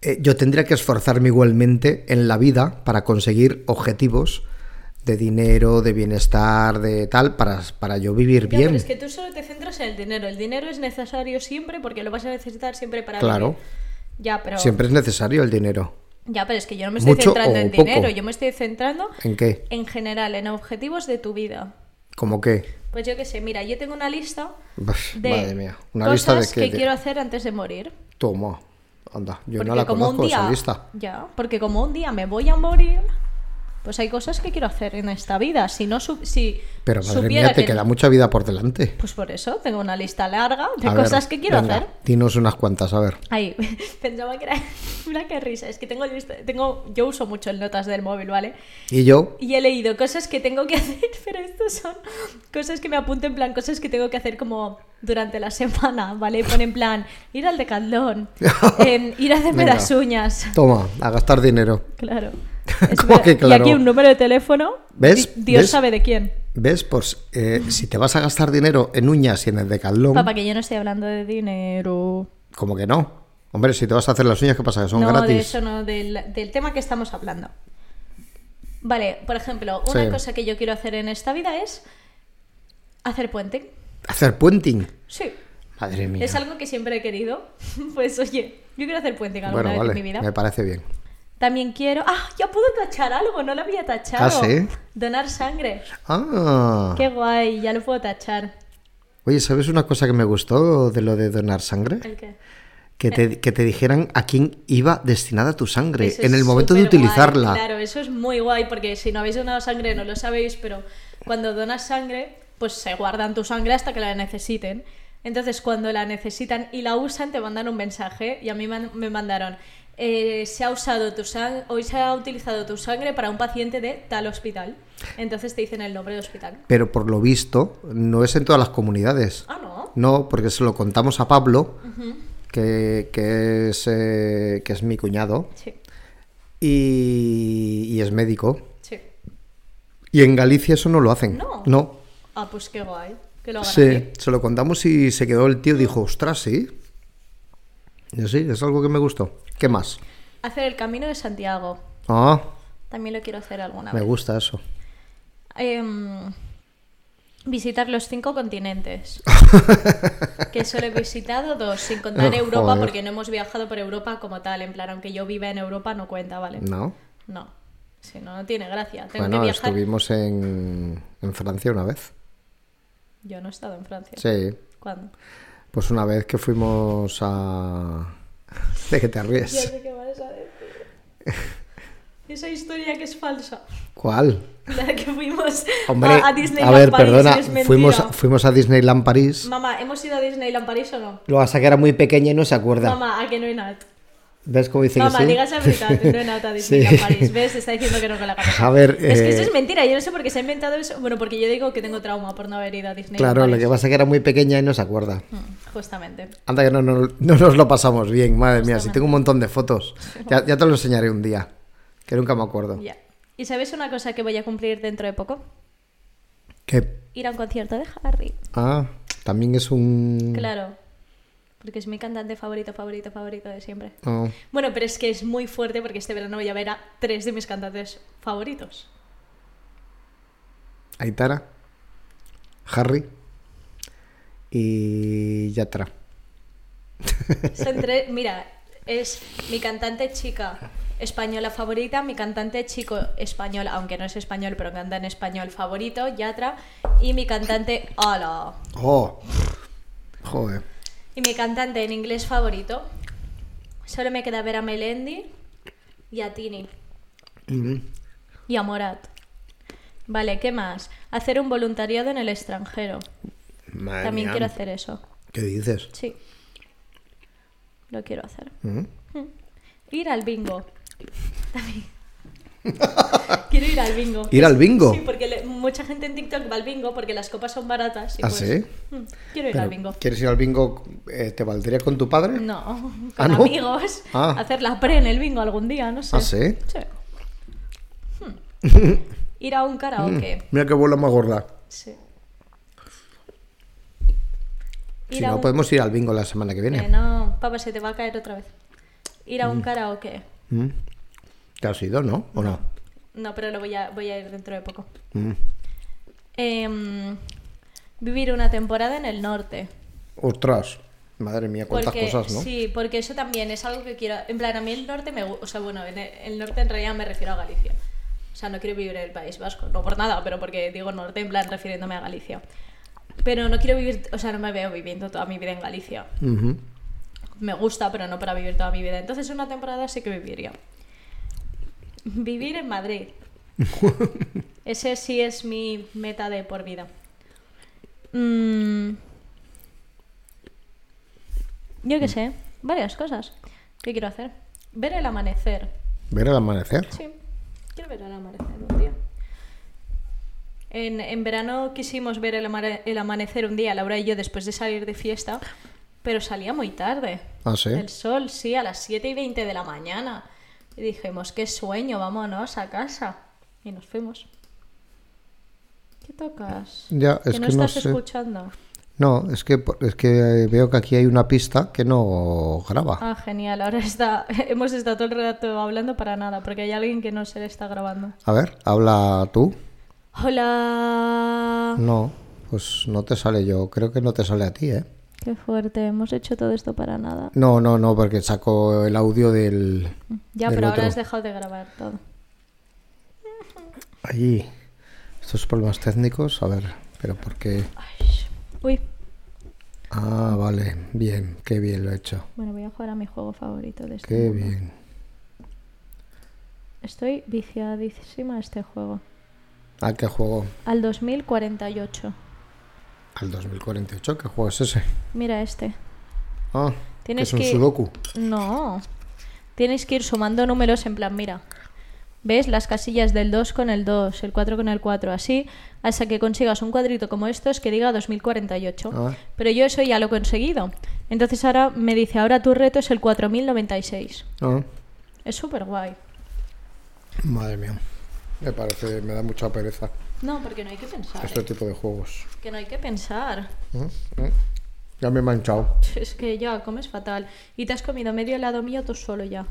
B: eh, yo tendría que esforzarme igualmente en la vida para conseguir objetivos de dinero, de bienestar, de tal, para, para yo vivir
A: Ya,
B: bien.
A: pero es que tú solo te centras en el dinero. El dinero es necesario siempre porque lo vas a necesitar siempre para
B: Claro.
A: vivir. Ya, pero...
B: Siempre es necesario el dinero.
A: Ya, pero es que yo no me estoy
B: Mucho
A: centrando
B: o
A: en
B: poco.
A: dinero. Yo me estoy centrando
B: ¿En qué?
A: en general, en objetivos de tu vida.
B: ¿Cómo qué?
A: Pues yo qué sé, mira, yo tengo una lista
B: Uf,
A: de
B: Madre mía. Una lista
A: cosas
B: de qué.
A: que
B: de-
A: quiero hacer antes de morir.
B: Toma. Anda, yo
A: porque
B: no la
A: como
B: conozco
A: un día,
B: esa lista.
A: Ya, porque como un día me voy a morir, pues hay cosas que quiero hacer en esta vida. Si no su- si
B: Pero madre
A: supiera
B: mía, te
A: que-
B: queda mucha vida por delante.
A: Pues por eso tengo una lista larga de
B: A ver,
A: cosas que quiero
B: venga,
A: hacer.
B: Dinos unas cuantas, a ver.
A: Ahí, pensaba que era. Mira qué risa, es que tengo lista, tengo yo uso mucho el notas del móvil, ¿vale?
B: Y yo,
A: Y he leído cosas que tengo que hacer, pero estas son cosas que me apunto en plan, cosas que tengo que hacer como durante la semana, ¿vale? Y pone en plan, ir al decathlon, em, ir a hacerme
B: Venga.
A: las uñas.
B: toma, a gastar dinero.
A: Claro.
B: ¿Cómo
A: Espera,
B: que claro?
A: Y aquí un número de teléfono.
B: ¿Ves?
A: Di- Dios
B: ¿Ves?
A: sabe de quién.
B: ¿Ves? Pues eh, si te vas a gastar dinero en uñas y en el decalón,
A: Papá, que yo no estoy hablando de dinero.
B: como que no. Hombre, si te vas a hacer las uñas, ¿qué pasa? Que son
A: no,
B: gratis.
A: de eso no, del, del tema que estamos hablando. Vale, por ejemplo, una
B: Sí.
A: cosa que yo quiero hacer en esta vida es hacer puente.
B: Hacer puenting.
A: Sí.
B: Madre mía.
A: Es algo que siempre he querido. Pues oye, yo quiero hacer puente alguna
B: bueno,
A: vez
B: vale,
A: en mi vida.
B: me parece bien.
A: También quiero. ¡Ah! Ya puedo tachar algo, no lo había tachado.
B: Ah, ¿sí?
A: Donar sangre.
B: Ah.
A: Qué guay, ya lo puedo tachar.
B: Oye, ¿sabes una cosa que me gustó de lo de donar sangre?
A: ¿El qué?
B: Que te, que te dijeran a quién iba destinada tu sangre
A: Eso
B: en
A: es
B: el momento de
A: superguay,
B: utilizarla.
A: claro, eso es muy guay porque si no habéis donado sangre no lo sabéis, pero cuando donas sangre, pues se guardan tu sangre hasta que la necesiten. Entonces, cuando la necesitan y la usan, te mandan un mensaje y a mí man- me mandaron. eh, se ha usado tu sang- hoy se ha utilizado tu sangre para un paciente de tal hospital. Entonces te dicen el nombre de hospital.
B: Pero por lo visto, no es en todas las comunidades.
A: Ah, no.
B: No, porque se lo contamos a Pablo, que, que es, eh, que es mi cuñado
A: Sí,
B: y, y es médico.
A: sí.
B: Y en Galicia eso no lo hacen.
A: No. Ah, pues qué guay. Que lo hagan
B: Sí,
A: aquí.
B: se lo contamos y se quedó el tío, dijo, ostras, sí. Y sí, es algo que me gustó. ¿Qué más?
A: Hacer el camino de Santiago.
B: Ah,
A: También lo quiero hacer alguna
B: me
A: vez.
B: gusta eso.
A: Em, visitar los cinco continentes. que solo he visitado dos, sin contar
B: Eh,
A: Europa,
B: joder.
A: porque no hemos viajado por Europa como tal. En plan, aunque yo viva en Europa, no cuenta, ¿vale?
B: ¿No?
A: No. Si no, no tiene gracia. Tengo
B: Bueno,
A: que viajar.
B: estuvimos en, en Francia una vez.
A: Yo no he estado en Francia.
B: Sí,
A: ¿Cuándo?
B: pues una vez que fuimos a... ¿De qué te
A: Ya
B: ríes?
A: sé qué vas a decir. Esa historia que es falsa.
B: ¿Cuál?
A: La de que fuimos
B: Hombre,
A: a,
B: a,
A: a Disneyland
B: ver,
A: París.
B: perdona,
A: es mentira.
B: fuimos, fuimos a Disneyland París.
A: Mamá, ¿hemos ido a Disneyland París o no?
B: Lo vas a que era muy pequeña y no se acuerda.
A: Mamá, ¿a que no hay nada?
B: ¿Ves cómo dice
A: Mamá,
B: que sí?
A: digas la verdad, no he nada a Disneyland
B: Sí.
A: París. ¿Ves? Está diciendo que no con la cabeza.
B: A ver,
A: Es que
B: eh,
A: eso es mentira. Yo no sé por qué se ha inventado eso. Bueno, porque yo digo que tengo trauma por no haber ido a Disneyland
B: Claro, lo
A: París.
B: que pasa es que era muy pequeña y no se acuerda.
A: Mm, Justamente.
B: Anda que no, no- no nos lo pasamos bien, madre mía, si tengo un montón de fotos. Ya, ya te lo enseñaré un día, que nunca me acuerdo.
A: Ya. ¿Y sabes una cosa que voy a cumplir dentro de poco?
B: Que,
A: Ir a un concierto de Harry.
B: ah, también es un...
A: Claro. Porque es mi cantante favorito, favorito, favorito de siempre.
B: Ah,
A: Bueno, pero es que es muy fuerte porque este verano voy a ver a tres de mis cantantes favoritos.
B: Aitara, Harry y Yatra.
A: Son tres- mira, es mi cantante chica española favorita, mi cantante chico español, aunque no es español, pero canta en español favorito, Yatra, y mi cantante Hola.
B: Oh, joder.
A: Y mi cantante en inglés favorito. Solo me queda ver a Melendi y a Tini. Y a Morat. Vale, ¿qué más? Hacer un voluntariado en el extranjero.
B: Madre
A: También
B: mía,
A: quiero hacer eso.
B: ¿Qué dices?
A: Sí. Lo quiero hacer.
B: ¿Mm?
A: Ir al bingo. También. Quiero ir al bingo.
B: ¿Ir al bingo?
A: Sí, porque le- mucha gente en TikTok va al bingo porque las copas son baratas. y
B: ¿Ah,
A: pues-
B: sí?
A: Mm, Quiero ir
B: Pero,
A: al bingo. Mm.
B: ¿Quieres ir al bingo? Eh, ¿Te valdría con tu padre?
A: No, con
B: ¿Ah, no?
A: amigos.
B: Ah.
A: Hacer la pre en el bingo algún día, no sé.
B: ¿Ah, sí?
A: Sí. Hmm. Ir a un karaoke.
B: Mira que vuelo más gorda.
A: Sí.
B: Si
A: Ir a
B: no, pues,
A: un-
B: podemos ir al bingo la semana que
A: Eh,
B: viene.
A: no, papá, se te va a caer otra vez. Ir a un karaoke.
B: ¿Mm? ¿Te has ido, no? ¿O no?
A: No, pero lo voy a, voy a ir dentro de poco.
B: Mm.
A: Em, vivir una temporada en el norte.
B: Ostras, madre mía, cuántas
A: Porque,
B: cosas, ¿no?
A: Sí, porque eso también es algo que quiero. En plan, a mí el norte me gusta. O sea, bueno, en el, el norte en realidad me refiero a Galicia. O sea, no quiero vivir en el País Vasco. No por nada, pero porque digo norte en plan refiriéndome a Galicia. Pero no quiero vivir. O sea, no me veo viviendo toda mi vida en Galicia.
B: Ujú.
A: Me gusta, pero no para vivir toda mi vida. Entonces, una temporada sí que viviría. Vivir en Madrid. Ese sí es mi meta de por vida. Mm. Yo qué sé, varias cosas. ¿Qué quiero hacer? Ver el amanecer.
B: Ver el amanecer.
A: Sí, quiero ver el amanecer un día. En, en verano quisimos ver el, amare- el amanecer un día, Laura y yo, después de salir de fiesta, pero salía muy tarde.
B: Ah, sí.
A: El sol, sí, a las 7 y 20 de la mañana. Y dijimos, qué sueño, vámonos a casa. Y nos fuimos. ¿Qué tocas?
B: Ya, es
A: no
B: que no
A: estás
B: sé.
A: escuchando.
B: No, es que, por- es que veo que aquí hay una pista que no graba.
A: Ah, genial. Ahora está. Hemos estado todo el rato hablando para nada, porque hay alguien que no se le está grabando.
B: A ver, habla tú.
A: Hola.
B: No, pues no te sale yo. Creo que no te sale a ti, ¿eh?
A: Qué fuerte, hemos hecho todo esto para nada.
B: No, no, no, porque saco el audio del.
A: Ya,
B: del
A: pero
B: otro.
A: ahora has dejado de grabar todo.
B: Allí. Estos problemas técnicos, a ver, pero ¿por qué?
A: Ay, Uy,
B: Ah, vale, bien, qué bien lo he hecho.
A: bueno, voy a jugar a mi juego favorito de este
B: Qué
A: mundo.
B: bien.
A: Estoy viciadísima a este juego.
B: ¿A Ah, qué juego?
A: Al 2048.
B: Al 2048, ¿qué juego es ese?
A: Mira este.
B: Ah,
A: Tienes
B: que es un
A: que-
B: sudoku.
A: No. Tienes que ir sumando números en plan, mira, ¿ves? Las casillas del 2 con el 2, el 4 con el 4, así, hasta que consigas un cuadrito como estos que diga 2048.
B: Ah.
A: Pero yo eso ya lo he conseguido. Entonces ahora me dice, ahora tu reto es el 4096.
B: Ah,
A: Es súper guay.
B: madre mía. Me parece, me da mucha pereza
A: No, porque no hay que pensar.
B: este
A: ¿eh?
B: tipo de juegos.
A: Que no hay que pensar.
B: ¿Mm? ¿Mm? Ya me he manchado.
A: Es que ya comes fatal. Y te has comido medio helado mío tú solo ya.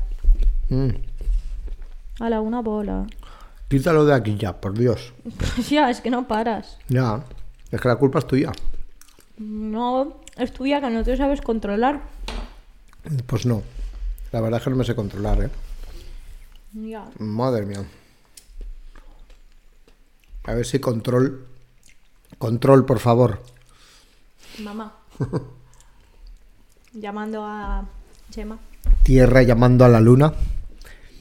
B: Mm.
A: A la una bola.
B: Quítalo de aquí ya, por Dios.
A: Pues ya, es que no paras.
B: Ya. Es que la culpa es tuya.
A: No, es tuya que no te sabes controlar.
B: Pues no. La verdad es que no me sé controlar, ¿eh?
A: Ya.
B: Madre mía. A ver si control. Control, por favor.
A: Mamá. Llamando a Gemma.
B: Tierra llamando a la luna.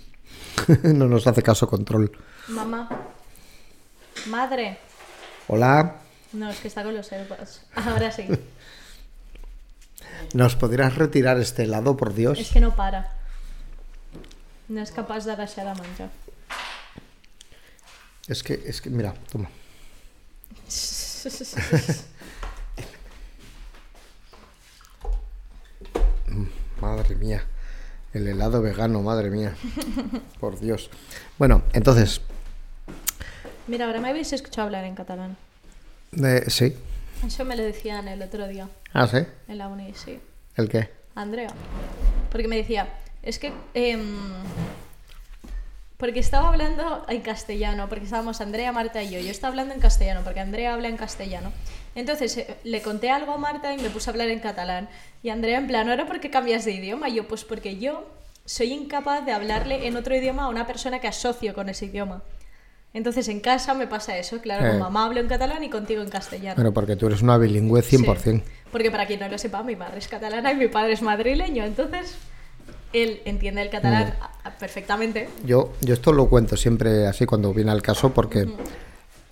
B: no nos hace caso control.
A: Mamá. Madre.
B: Hola.
A: No, es que está con los AirPods. Ahora sí.
B: ¿Nos podrías retirar este helado, por Dios?
A: Es que no para. No es capaz de agachar la mancha.
B: Es que, es que, mira, toma. Madre mía. El helado vegano, madre mía. Por Dios. Bueno, entonces,
A: Mira, ahora me habéis escuchado hablar en catalán.
B: eh, sí.
A: Eso me lo decían el otro día
B: Ah, sí.
A: en la uni, sí.
B: ¿El qué?
A: Andrea. Porque me decía, es que... em, porque estaba hablando en castellano, porque estábamos Andrea, Marta y yo. Yo estaba hablando en castellano, porque Andrea habla en castellano. Entonces eh, le conté algo a Marta y me puse a hablar en catalán. Y Andrea, en plan, ¿ahora por qué cambias de idioma? Y yo, pues porque yo soy incapaz de hablarle en otro idioma a una persona que asocio con ese idioma. Entonces en casa me pasa eso, claro,
B: Eh.
A: con mamá hablo en catalán y contigo en castellano.
B: Bueno, porque tú eres una bilingüe 100%.
A: Sí, porque para quien no lo sepa, mi madre es catalana y mi padre es madrileño, entonces él entiende el catalán a- a- perfectamente.
B: Yo, yo esto lo cuento siempre así cuando viene al caso porque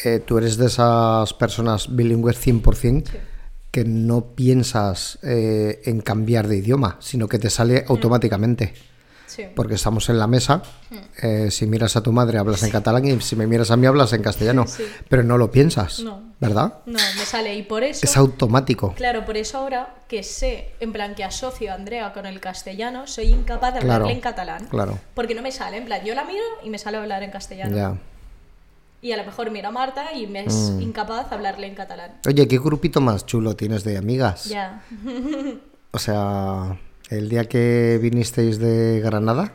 B: eh, tú eres de esas personas bilingües 100%
A: Sí.
B: que no piensas eh, en cambiar de idioma, sino que te sale
A: Mm.
B: automáticamente.
A: Sí.
B: Porque estamos en la mesa,
A: Mm.
B: eh, si miras a tu madre hablas en catalán y si me miras a mí hablas en castellano,
A: Sí.
B: pero no lo piensas,
A: No.
B: ¿verdad?
A: No, me sale. Y por eso,
B: Es automático.
A: claro, por eso ahora que sé, en plan que asocio a Andrea con el castellano, soy incapaz de hablarle
B: Claro,
A: en catalán.
B: claro.
A: Porque no me sale, en plan, yo la miro y me sale hablar en castellano.
B: Ya. Mm.
A: Y a lo mejor miro a Marta y me es incapaz de hablarle en catalán.
B: Oye, ¿qué grupito más chulo tienes de amigas?
A: Ya.
B: O sea, el día que vinisteis de Granada,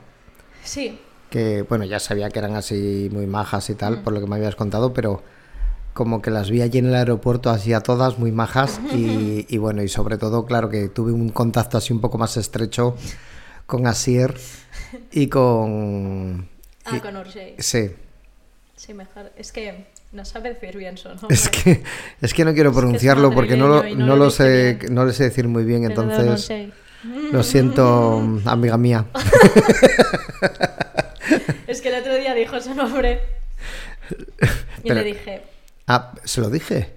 A: Sí,
B: que bueno, ya sabía que eran así muy majas y tal, por lo que me habías contado, pero como que las vi allí en el aeropuerto así a todas muy majas y, y bueno, y sobre todo, claro que tuve un contacto así un poco más estrecho con Asier y con...
A: ah, con Orgey.
B: Sí,
A: Sí, mejor. Es que no sabe decir bien su nombre.
B: es que, es que no quiero pronunciarlo porque no lo,
A: madrileño y
B: no
A: no lo
B: lo
A: dice
B: sé, no le sé decir muy bien,
A: Perdón,
B: entonces
A: Orgell.
B: lo siento, amiga mía.
A: Es que el otro día dijo su nombre. Y
B: Pero-
A: le dije,
B: Ah, se lo dije.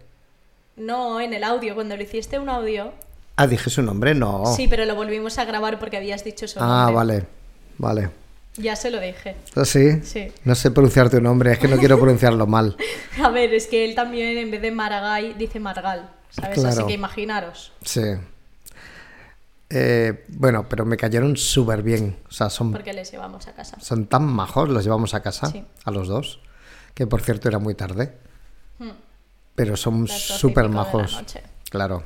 A: no, en el audio, cuando le hiciste un audio.
B: Ah, dije su nombre, no.
A: Sí, pero lo volvimos a grabar porque habías dicho su
B: ah,
A: nombre.
B: vale, vale.
A: Ya se lo dije.
B: Ah, ¿Sí?
A: Sí.
B: No sé pronunciar tu nombre, es que no quiero pronunciarlo mal.
A: A ver, es que él también en vez de Maragall dice Margal, ¿sabes? Así
B: Claro.
A: que imaginaros.
B: Sí. Eh, bueno, pero me cayeron súper bien. O sea, son,
A: Porque les llevamos a casa.
B: son tan majos, los llevamos a casa,
A: Sí.
B: a los dos. Que por cierto era muy tarde. Pero
A: Hmm.
B: son
A: Las doce y
B: súper
A: pico de la
B: majos.
A: noche.
B: Claro.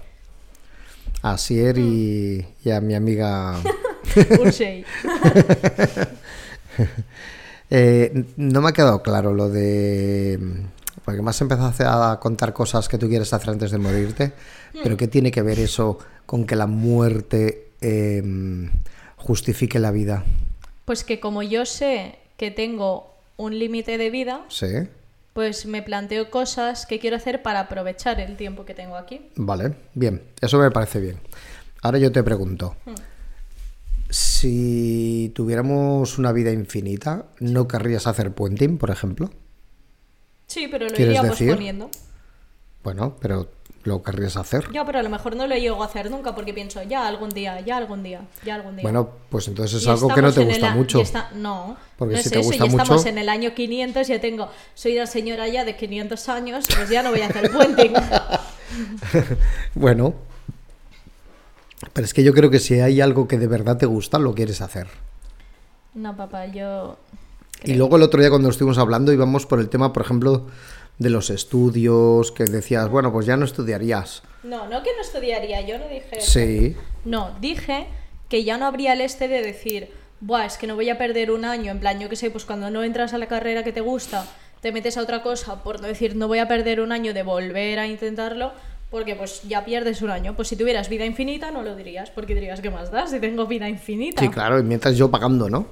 B: A Sier y,
A: Hmm.
B: y a mi amiga.
A: Ursey.
B: Eh, no me ha quedado claro lo de. mm, Porque me has empezado a hacer- a contar cosas que tú quieres hacer antes de morirte.
A: Hmm.
B: Pero ¿qué tiene que ver eso con que la muerte eh, justifique la vida?
A: Pues que como yo sé que tengo un límite de vida,
B: Sí,
A: pues me planteo cosas que quiero hacer para aprovechar el tiempo que tengo aquí.
B: vale, bien. Eso me parece bien. Ahora yo te pregunto.
A: Hmm.
B: Si tuviéramos una vida infinita, ¿no querrías hacer puenting, por ejemplo?
A: Sí, pero lo
B: ¿Quieres
A: iría
B: decir?
A: posponiendo.
B: Bueno, pero lo querrías hacer.
A: Ya, pero a lo mejor no lo llego a hacer nunca porque pienso, ya algún día, ya algún día, ya algún día.
B: Bueno, pues entonces es
A: Y
B: algo que no
A: estamos
B: te
A: en el
B: gusta
A: a-
B: mucho.
A: y está- no,
B: Porque
A: no
B: si
A: es
B: te
A: eso,
B: gusta
A: ya estamos
B: mucho-
A: en el año 500, ya tengo, soy una señora ya de 500 años, pues ya no voy a hacer puenting.
B: Bueno, pero es que yo creo que si hay algo que de verdad te gusta, lo quieres hacer.
A: No, papá, yo...
B: Y luego el otro día cuando estuvimos hablando íbamos por el tema, por ejemplo, de los estudios, que decías, bueno, pues ya no estudiarías.
A: No, no que no estudiaría, yo no dije... eso.
B: Sí,
A: No, dije que ya no habría el este de decir, Buah, es que no voy a perder un año, en plan, yo qué sé, pues cuando no entras a la carrera que te gusta, te metes a otra cosa, por no decir, no voy a perder un año de volver a intentarlo, porque pues ya pierdes un año. Pues si tuvieras vida infinita no lo dirías, porque dirías, ¿qué más da si tengo vida infinita?
B: sí, claro, y mientras yo pagando, ¿no?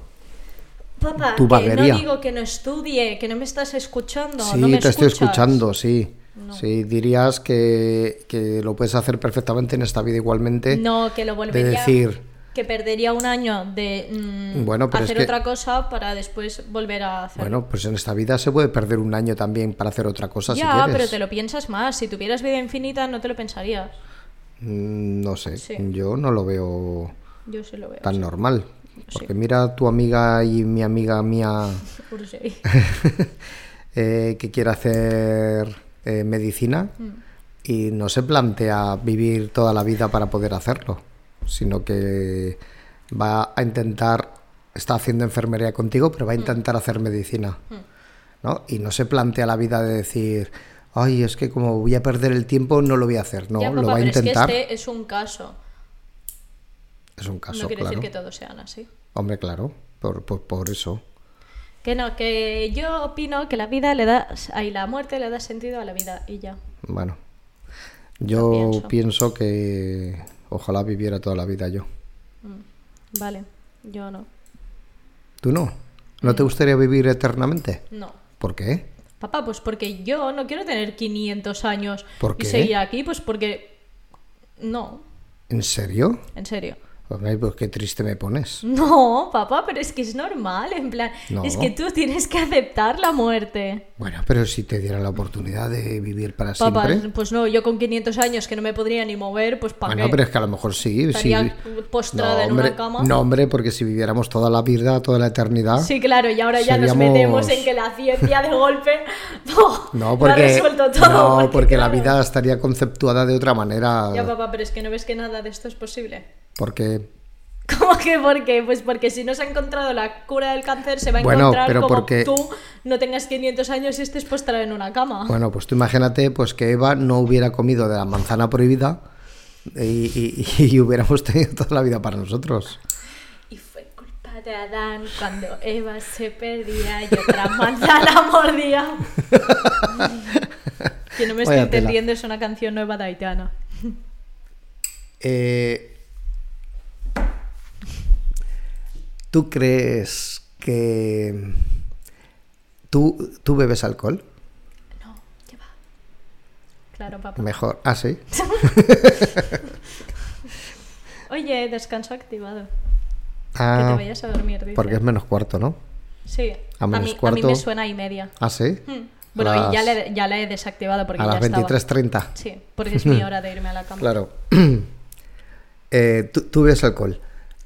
A: Papá,
B: Tu
A: que
B: vaguería.
A: no digo que no estudie, que no me estás escuchando.
B: sí,
A: no
B: te
A: me
B: estoy
A: escuchas.
B: escuchando, sí. Sí, dirías que, que lo puedes hacer perfectamente en esta vida igualmente.
A: No, que lo
B: ¿eh? de
A: volvería.
B: decir,
A: Que perdería un año de mm,
B: Bueno, pero es
A: hacer
B: que-
A: otra cosa para después volver a hacer.
B: bueno, pues en esta vida se puede perder un año también para hacer otra cosa si
A: ya,
B: quieres.
A: pero te lo piensas más. Si tuvieras vida infinita, no te lo pensarías.
B: Mm, No sé,
A: Sí.
B: yo no lo veo
A: Yo sí lo veo.
B: tan normal. Porque mira tu amiga y mi amiga mía
A: Urgell.
B: eh, que quiere hacer eh, medicina
A: Mm.
B: y no se plantea vivir toda la vida para poder hacerlo, sino que va a intentar, está haciendo enfermería contigo, pero va a
A: Mm.
B: intentar hacer medicina. ¿no? Y no se plantea la vida de decir, ay, es que como voy a perder el tiempo, no lo voy a hacer. No,
A: ya,
B: lo
A: papá,
B: va a
A: pero
B: intentar.
A: es que este es un caso.
B: Es un caso,
A: no quiere
B: claro.
A: decir que todos sean así.
B: Hombre, claro, por, por, por eso.
A: Que no, que yo opino que la vida le da. Ay, la muerte le da sentido a la vida y ya.
B: Bueno, yo
A: pienso.
B: pienso que ojalá viviera toda la vida yo.
A: Vale, yo no.
B: ¿Tú no? ¿No
A: Mm.
B: te gustaría vivir eternamente?
A: No.
B: ¿Por qué?
A: Papá, pues porque yo no quiero tener 500 años
B: ¿Por
A: y
B: qué?
A: seguir aquí, pues porque. No,
B: ¿En serio?
A: en serio.
B: Ay, pues qué triste me pones.
A: No, papá, pero es que es normal, en plan.
B: No.
A: Es que tú tienes que aceptar la muerte.
B: Bueno, pero si te diera la oportunidad de vivir para
A: Papá,
B: siempre.
A: pues no, yo con 500 años que no me podría ni mover, pues para
B: Bueno,
A: qué.
B: pero es que a lo mejor sí.
A: Estaría
B: sí.
A: postrada en una
B: hombre,
A: cama.
B: No, hombre, porque si viviéramos toda la vida, toda la eternidad.
A: Sí, claro, y ahora ya nos
B: Seríamos-
A: metemos en que la ciencia de golpe lo
B: No,
A: ha
B: porque,
A: resuelto todo.
B: no, porque la
A: claro.
B: vida estaría conceptuada de otra manera.
A: Ya, papá, pero es que no ves que nada de esto es posible.
B: Porque
A: ¿Cómo que por qué? Pues porque si no se ha encontrado la cura del cáncer, se va a
B: Bueno,
A: encontrar
B: pero
A: como
B: porque-
A: tú no tengas 500 años y estés postrado en una cama.
B: Bueno, pues tú imagínate pues que Eva no hubiera comido de la manzana prohibida y, y- y hubiéramos tenido toda la vida para nosotros.
A: Y fue culpa de Adán cuando Eva se perdía y otra manzana mordía. que no me estoy
B: Vaya tela.
A: entendiendo, es una canción nueva de Aitana.
B: Eh, ¿Tú crees que tú, tú bebes alcohol?
A: No, ¿qué va? Claro, papá.
B: Mejor. Ah, sí.
A: Oye, descanso activado. que te
B: Ah,
A: vayas a dormir, dice.
B: porque es menos cuarto, ¿no?
A: Sí,
B: a
A: a,
B: menos
A: mí, a mí
B: cuarto.
A: me suena y media.
B: Ah, sí.
A: Mm. Bueno,
B: A
A: y ya,
B: las-
A: le, ya la he desactivado porque
B: A
A: ya
B: las
A: estaba.
B: 23.30.
A: Sí, porque es mi hora de irme a la cama.
B: Claro. Eh, tú, tú bebes alcohol.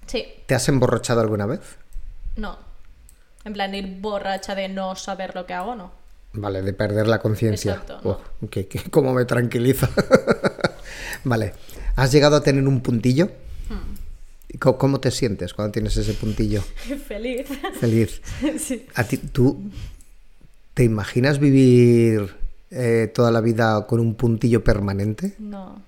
A: Sí,
B: ¿Te has emborrachado alguna vez?
A: no. En plan, ir borracha de no saber lo que hago, no.
B: Vale, de perder la conciencia.
A: Exacto,
B: Oh, que- que- ¿Cómo me tranquiliza? vale, ¿has llegado a tener un puntillo?
A: Hmm.
B: ¿Y co- ¿Cómo te sientes cuando tienes ese puntillo?
A: Feliz.
B: Feliz.
A: sí.
B: ¿A ti, ¿Tú te imaginas vivir eh, toda la vida con un puntillo permanente?
A: No.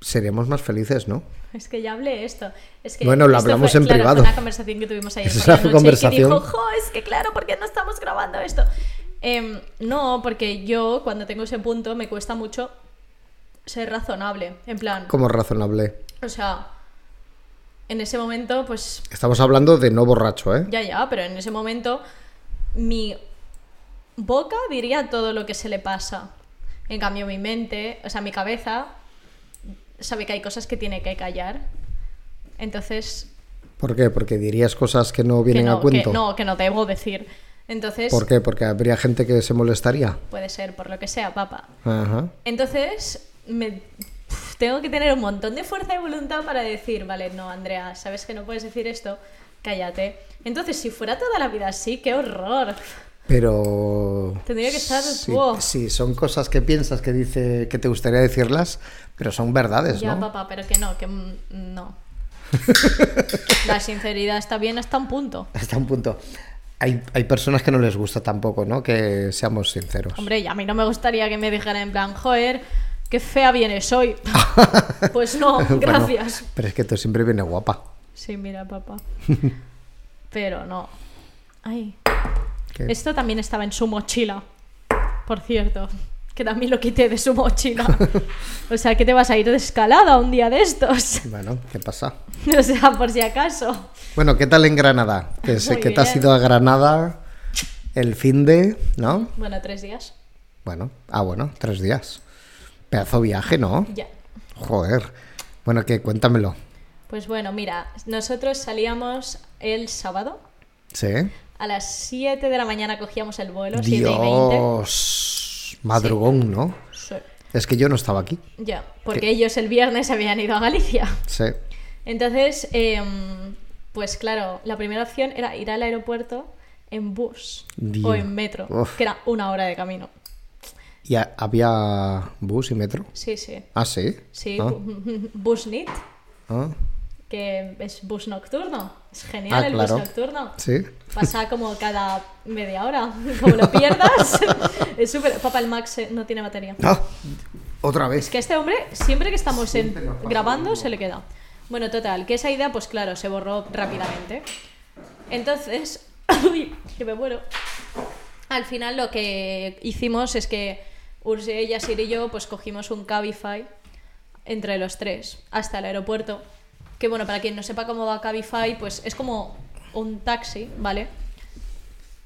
B: Seríamos más felices, ¿no?
A: Es que ya hablé esto. Es que
B: Bueno, lo
A: esto
B: hablamos
A: fue-
B: en
A: claro, fue
B: privado.
A: una conversación que tuvimos ayer.
B: Es
A: por
B: una
A: la noche y que
B: conversación.
A: dijo, "Jo, es que claro, ¿por qué no estamos grabando esto? Em, no, porque yo cuando tengo ese punto me cuesta mucho ser razonable. En plan,
B: Como razonable.
A: o sea, en ese momento, pues
B: Estamos hablando de no borracho, ¿eh?
A: ya, ya, pero en ese momento mi boca diría todo lo que se le pasa. En cambio, mi mente, o sea, mi cabeza, sabe que hay cosas que tiene que callar. Entonces,
B: ¿Por qué? Porque dirías cosas que no
A: que
B: vienen
A: no,
B: a
A: que
B: cuento.
A: no, que no debo decir. Entonces,
B: ¿Por qué? Porque habría gente que se molestaría.
A: puede ser, por lo que sea, papá.
B: Ajá.
A: Entonces, me- pf, tengo que tener un montón de fuerza y voluntad para decir, vale, no, Andrea, sabes que no puedes decir esto, cállate. Entonces, si fuera toda la vida así, qué horror.
B: Pero.
A: Tendría que estar-
B: Sí,
A: wow.
B: sí, son cosas que piensas que dice que te gustaría decirlas, pero son verdades,
A: Ya,
B: ¿no?
A: papá, pero que no, que mm, no. la sinceridad está bien hasta un punto.
B: Hasta un punto. Hay, hay personas que no les gusta tampoco, ¿no? Que seamos sinceros.
A: Hombre, ya a mí no me gustaría que me dijeran en plan, joder, qué fea vienes hoy. pues no,
B: Bueno,
A: gracias.
B: pero es que tú siempre vienes guapa.
A: Sí, mira, papá. Pero no. Ay.
B: Que-
A: Esto también estaba en su mochila, por cierto. Que también lo quité de su mochila. O sea, que te vas a ir de escalada un día de estos.
B: Bueno, ¿qué pasa?
A: O sea, por si acaso.
B: Bueno, ¿qué tal en Granada? Que sé
A: Muy
B: que te has
A: bien.
B: ido a Granada el fin de, ¿no?
A: Bueno, tres días.
B: Bueno, ah, bueno, tres días. Pedazo viaje, ¿no?
A: Ya.
B: Joder. Bueno, que cuéntamelo.
A: Pues bueno, mira, nosotros salíamos el sábado.
B: Sí.
A: A las 7 de la mañana cogíamos el vuelo, 7 y 20.
B: Dios, madrugón, ¿no?
A: Sí.
B: Es que yo no estaba aquí.
A: Ya, porque
B: ¿Qué?
A: ellos el viernes habían ido a Galicia.
B: Sí.
A: Entonces, em, pues claro, la primera opción era ir al aeropuerto en bus o
B: Dios.
A: en metro,
B: Uf.
A: que era una hora de camino.
B: ¿Y ha- había bus y metro?
A: Sí, sí.
B: Ah, sí.
A: Sí,
B: Ah,
A: bu- bus NIT,
B: ah.
A: que es bus nocturno. Es genial
B: Ah,
A: el
B: claro.
A: bus nocturno.
B: Sí.
A: Pasa como cada media hora, como lo pierdas. es súper... Papá, el Max eh, no tiene batería.
B: Ah, otra vez.
A: Es que a este hombre, siempre que estamos en- grabando, se le queda. Bueno, total, que esa idea, pues claro, se borró rápidamente. Entonces, uy, que me muero. Al final lo que hicimos es que Urse, Yasir y yo, pues cogimos un Cabify entre los tres hasta el aeropuerto. Que bueno, para quien no sepa cómo va Cabify, pues es como un taxi, ¿vale?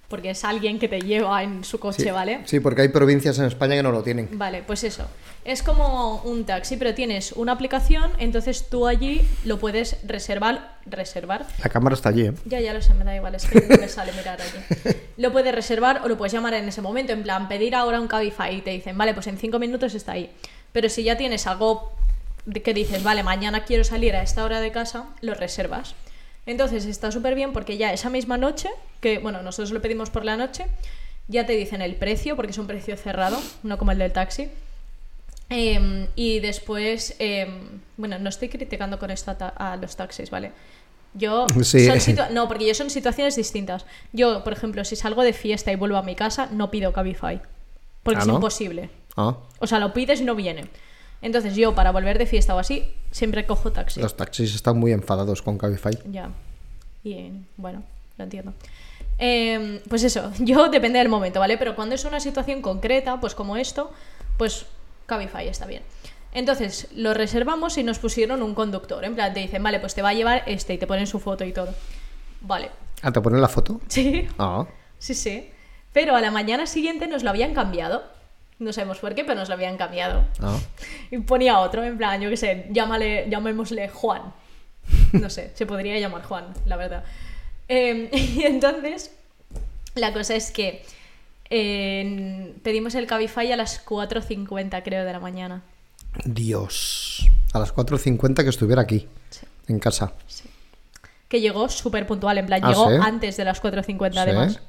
A: Porque es alguien que te lleva en su coche,
B: Sí.
A: ¿vale?
B: Sí, porque hay provincias en España que no lo tienen.
A: Vale, pues eso. Es como un taxi, pero tienes una aplicación, entonces tú allí lo puedes reservar. Reservar.
B: La cámara está allí, ¿eh?
A: Ya, ya lo sé, me da igual, es que no me sale mirar allí. Lo puedes reservar o lo puedes llamar en ese momento, en plan, pedir ahora un Cabify y te dicen, vale, pues en cinco minutos está ahí. Pero si ya tienes algo de- que dices, vale, mañana quiero salir a esta hora de casa, lo reservas. Entonces está súper bien porque ya esa misma noche, que bueno, nosotros lo pedimos por la noche, ya te dicen el precio, porque es un precio cerrado, no como el del taxi. Em, y después, em, bueno, no estoy criticando con esto a, ta- a los taxis, ¿vale? Yo
B: Sí.
A: son situa- no, porque yo son situaciones distintas. Yo, por ejemplo, si salgo de fiesta y vuelvo a mi casa, no pido Cabify, porque
B: Ah,
A: es
B: ¿no?
A: imposible.
B: Ah,
A: O sea, lo pides y no viene. Entonces yo, para volver de fiesta o así, siempre cojo taxi.
B: los taxis están muy enfadados con Cabify.
A: Ya. Y bueno, lo entiendo. Eh, pues eso, yo depende del momento, ¿vale? Pero cuando es una situación concreta, pues como esto, pues Cabify está bien. Entonces lo reservamos y nos pusieron un conductor. En plan, te dicen, vale, pues te va a llevar este y te ponen su foto y todo. Vale.
B: Ah, ¿te ponen la foto?
A: Sí,
B: Ah,
A: sí, sí. Pero a la mañana siguiente nos lo habían cambiado. No sabemos por qué, pero nos lo habían cambiado.
B: ah.
A: Y ponía otro, en plan, yo qué sé, llámale, llamémosle Juan. No sé, se podría llamar Juan, la verdad. Eh, y entonces, la cosa es que eh, pedimos el Cabify a las 4.50, creo, de la mañana.
B: Dios. A las 4.50 que estuviera aquí,
A: Sí,
B: en casa.
A: sí. Que llegó súper puntual, en plan,
B: Ah,
A: llegó
B: ¿sí?
A: antes de las 4.50,
B: Sí.
A: además.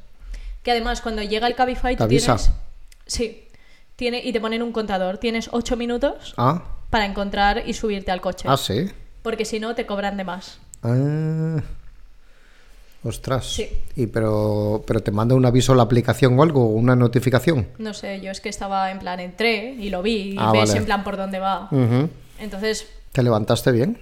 A: Que además, cuando llega el Cabify,
B: Te
A: tú
B: avisa.
A: tienes. Sí. Tiene, y te ponen un contador. Tienes 8 minutos
B: Ah,
A: para encontrar y subirte al coche.
B: ah, sí.
A: Porque si no, te cobran de más.
B: Ah. Ostras.
A: Sí.
B: Y pero, pero te manda un aviso la aplicación o algo, una notificación.
A: No sé, yo es que estaba en plan, entré y lo vi y
B: Ah,
A: ves
B: vale. Mm.
A: en plan por dónde va.
B: Ujú.
A: Entonces,
B: ¿Te levantaste bien?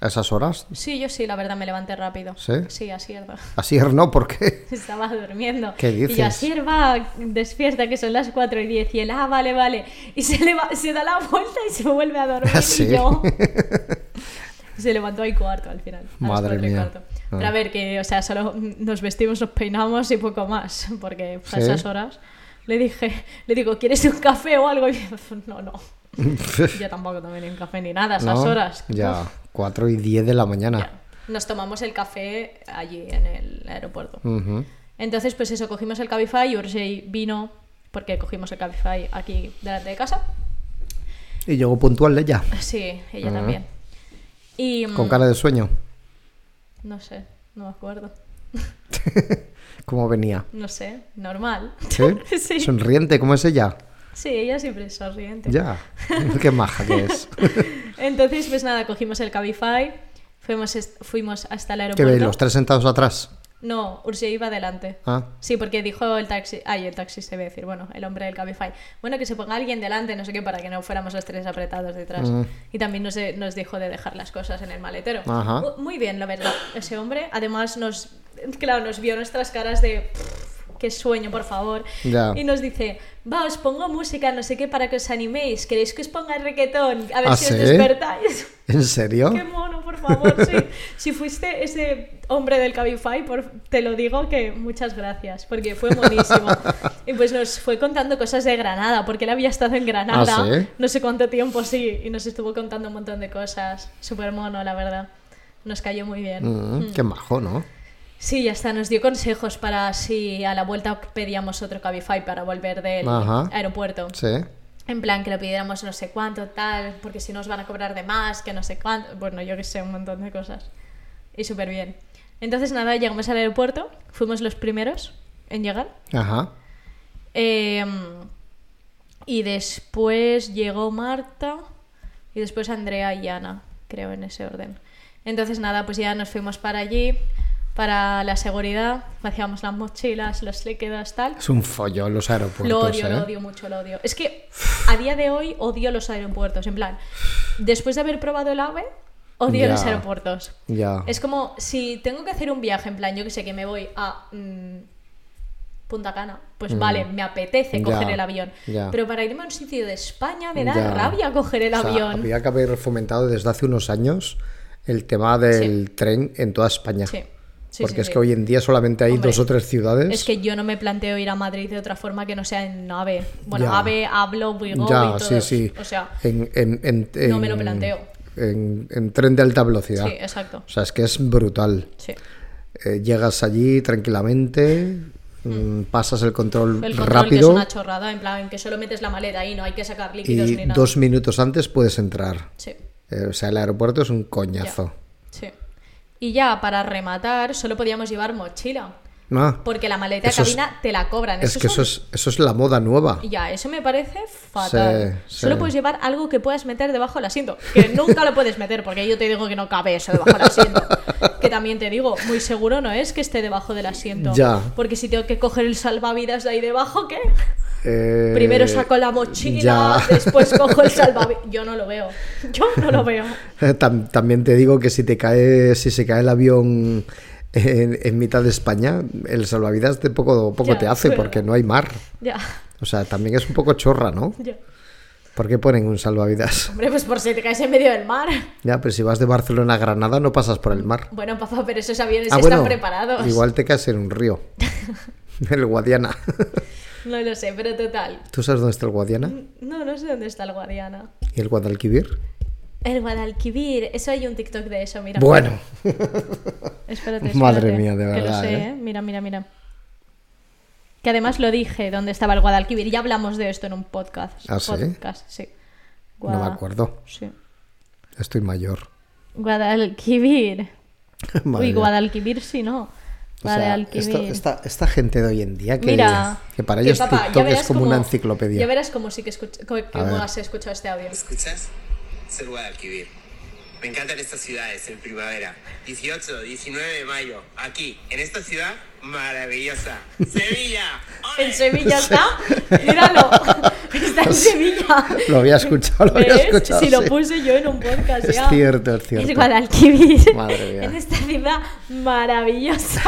B: A esas horas.
A: sí, yo sí, la verdad me levanté rápido.
B: ¿Sí?
A: Sí, así es. verdad.
B: Así es, ¿no? ¿Por qué?
A: Estaba durmiendo.
B: ¿Qué
A: Y yo,
B: dices?
A: así va, despierta, que son las 4 y 10. Y él, ah, vale, vale. Y se, le va- se da la vuelta y se vuelve a dormir.
B: Ah, sí.
A: Y yo. Se levantó ahí cuarto al final. a las
B: Madre
A: cuatro y
B: mía.
A: cuarto. Pero
B: Ah.
A: a ver, que, o sea, solo nos vestimos, nos peinamos y poco más. Porque a
B: Sí.
A: esas horas le dije, le digo, ¿quieres un café o algo? Y me dijo, no, no. Yo tampoco tomé ni un café ni nada a esas
B: ¿No?
A: horas.
B: Ya, 4 y 10 de la mañana.
A: Nos tomamos el café allí en el aeropuerto.
B: Ujú.
A: Entonces, pues eso, cogimos el Cabify y Ursey vino, porque cogimos el Cabify aquí delante de casa.
B: Y llegó puntual ella,
A: Sí, ella
B: Ah.
A: también. Y. mm,
B: con cara de sueño.
A: No sé, no me acuerdo.
B: ¿Cómo venía?
A: No sé, normal.
B: ¿Sí?
A: Sí.
B: Sonriente, ¿cómo es ella?
A: Sí, ella siempre es sonriente.
B: Ya. Qué maja que es.
A: Entonces, pues nada, cogimos el Cabify, fuimos, est- fuimos hasta el
B: ¿Qué
A: aeropuerto.
B: veis? Los tres sentados atrás.
A: No, Ursi iba adelante.
B: Ah.
A: Sí, porque dijo el taxi. Ay, el taxi se ve decir, bueno, el hombre del Cabify. Bueno, que se ponga alguien delante, no sé qué, para que no fuéramos los tres apretados detrás.
B: Mm.
A: Y también nos, eh, nos dijo de dejar las cosas en el maletero.
B: Ajá.
A: Mu- Muy bien, la verdad. Ese hombre, además, nos. Claro, nos vio nuestras caras de. "Pff, Qué sueño, por favor.
B: Ya.
A: Y nos dice, va, os pongo música, no sé qué, para que os animéis. ¿Queréis que os ponga reggaetón? A ver
B: ¿Ah,
A: si
B: sí?
A: os despertáis.
B: ¿En serio?
A: Qué mono, por favor. sí. Si fuiste ese hombre del Cabify, por- te lo digo que muchas gracias, porque fue monísimo. y pues nos fue contando cosas de Granada, porque él había estado en Granada
B: ¿Ah, sí?
A: no sé cuánto tiempo, sí, y nos estuvo contando un montón de cosas. Súper mono, la verdad. Nos cayó muy bien.
B: Mm, qué majo, ¿no?
A: Sí, ya está, nos dio consejos para si a la vuelta pedíamos otro Cabify para volver del
B: Ajá.
A: aeropuerto.
B: Sí.
A: En plan, que lo pidiéramos no sé cuánto, tal, porque si no os van a cobrar de más, que no sé cuánto. Bueno, yo que sé, un montón de cosas. Y súper bien. Entonces, nada, llegamos al aeropuerto, fuimos los primeros en llegar.
B: Ajá.
A: Eh, y después llegó Marta y después Andrea y Ana, creo en ese orden. Entonces, nada, pues ya nos fuimos para allí, para la seguridad, vaciamos las mochilas, los líquidos, tal.
B: Es un follón los aeropuertos.
A: Lo odio,
B: ¿eh?
A: lo odio mucho, lo odio. Es que a día de hoy odio los aeropuertos. En plan, después de haber probado el AVE, odio
B: Ya.
A: los aeropuertos.
B: Ya.
A: Es como si tengo que hacer un viaje, en plan, yo que sé, que me voy a mm, Punta Cana, pues vale, me apetece
B: Mm. Ya,
A: coger el avión.
B: ya.
A: Pero para irme a un sitio de España me da
B: Ya.
A: rabia coger el
B: O sea,
A: avión.
B: habría que haber fomentado desde hace unos años el tema del tren en toda España.
A: Sí. Sí,
B: Porque
A: sí,
B: es
A: sí.
B: que hoy en día solamente hay
A: Hombre,
B: dos o tres ciudades.
A: Es que yo no me planteo ir a Madrid de otra forma que no sea en AVE. Bueno,
B: Ya.
A: AVE, hablo, Vigo
B: ya,
A: y
B: sí,
A: todos.
B: sí.
A: O sea,
B: En- en- en-
A: no me lo
B: en-
A: planteo.
B: En, en tren de alta velocidad.
A: sí, exacto.
B: O sea, es que es brutal.
A: Sí.
B: Eh, llegas allí tranquilamente, mm, pasas el control,
A: Hmm. El control que es
B: rápido
A: una chorrada, en plan que solo metes la maleta y no hay que sacar líquidos
B: y
A: ni nada.
B: dos minutos antes puedes entrar.
A: Sí,
B: Eh, o sea, el aeropuerto es un coñazo.
A: sí. Y ya para rematar, solo podíamos llevar mochila.
B: Ah,
A: Porque la maleta de
B: Eso es-
A: cabina te la cobran.
B: es que
A: es
B: eso
A: un-
B: es, eso es la moda nueva.
A: Ya, eso me parece fatal.
B: Sí, sí.
A: Solo puedes llevar algo que puedas meter debajo del asiento. Que nunca lo puedes meter, porque yo te digo que no cabe eso debajo del asiento. Que también te digo, muy seguro no es que esté debajo del asiento.
B: Ya.
A: Porque si tengo que coger el salvavidas de ahí debajo, ¿qué?
B: Eh,
A: Primero saco la mochila, después cojo el salvavidas. Yo no lo veo. Yo no lo veo.
B: Tam- también te digo que si te cae, si se cae el avión en, en mitad de España, el salvavidas de poco, poco
A: Ya,
B: te hace
A: es verdad.
B: porque no hay mar.
A: Ya,
B: O sea, también es un poco chorra, ¿no?
A: ya.
B: ¿Por qué ponen un salvavidas?
A: Hombre, pues por si te caes en medio del mar.
B: Ya, pero si vas de Barcelona a Granada no pasas por el mar.
A: Bueno, papá, pero esos aviones
B: Ah,
A: están
B: bueno,
A: preparados.
B: Igual te caes en un río. el Guadiana.
A: No lo sé, pero total.
B: ¿Tú sabes dónde está el Guadiana?
A: No, no sé dónde está el Guadiana.
B: ¿Y el Guadalquivir?
A: El Guadalquivir, eso hay un TikTok de eso, mira.
B: Bueno,
A: Espérate,
B: Madre
A: espérate,
B: mía, de
A: Que lo
B: verdad,
A: sé,
B: ¿eh?
A: ¿eh? Mira, mira, mira. Que además lo dije, dónde estaba el Guadalquivir. Ya hablamos de esto en un podcast.
B: ¿Ah, sí?
A: Podcast, sí.
B: no me
A: Gua-
B: acuerdo.
A: Sí.
B: Estoy mayor.
A: Guadalquivir.
B: Madre
A: Uy,
B: mía.
A: Guadalquivir sí, no.
B: O sea,
A: Guadalquivir.
B: esto- esta, esta gente de hoy en día que,
A: Mira,
B: que para ellos
A: papá, ya
B: TikTok es
A: verás
B: como
A: cómo-
B: una
A: Ya
B: enciclopedia.
A: verás cómo sí que, escuch- co- que
B: A ver.
A: has escuchado este audio.
E: ¿Escuchas? Es el Guadalquivir. Me encantan estas ciudades en primavera. 18, 19 de mayo, aquí, en esta ciudad maravillosa. ¡Sevilla! ¡Ole!
A: En Sevilla está. Míralo. Está en Sevilla.
B: Lo había escuchado, lo había
A: ¿Ves?
B: escuchado.
A: Si lo
B: sí.
A: puse yo en un podcast
B: Es
A: ya.
B: cierto, es cierto.
A: Es Guadalquivir.
B: Madre mía.
A: En esta ciudad maravillosa.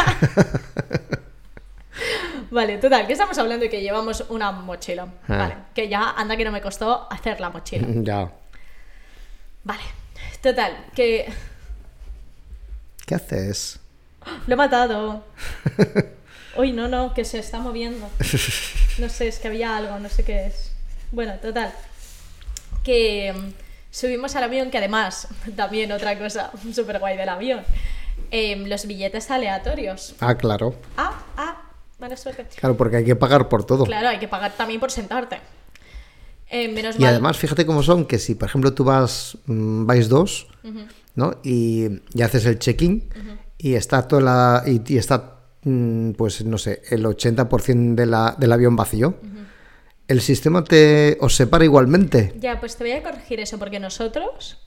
A: Vale, total, que estamos hablando de que llevamos una mochila.
B: Ah.
A: Vale, que ya anda que no me costó hacer la mochila.
B: Ya.
A: Vale, total, que
B: ¿Qué haces?
A: lo he matado. Uy, no, no, que se está moviendo. No sé, es que había algo, no sé qué es. Bueno, total. Que mm, subimos al avión, que además, también otra cosa súper guay del avión. em, los billetes aleatorios.
B: Ah, claro.
A: Ah, ah, buena suerte.
B: Claro, porque hay que pagar por todo.
A: Claro, hay que pagar también por sentarte. Eh, menos
B: Y
A: mal.
B: además, fíjate cómo son, que si, por ejemplo, tú vas, mm, vais dos, ¿no? Y, y haces el check-in y está toda la, y, y está, mm, pues, no sé, el 80% de la, del avión vacío, el sistema te os separa igualmente.
A: Ya, pues te voy a corregir eso, porque nosotros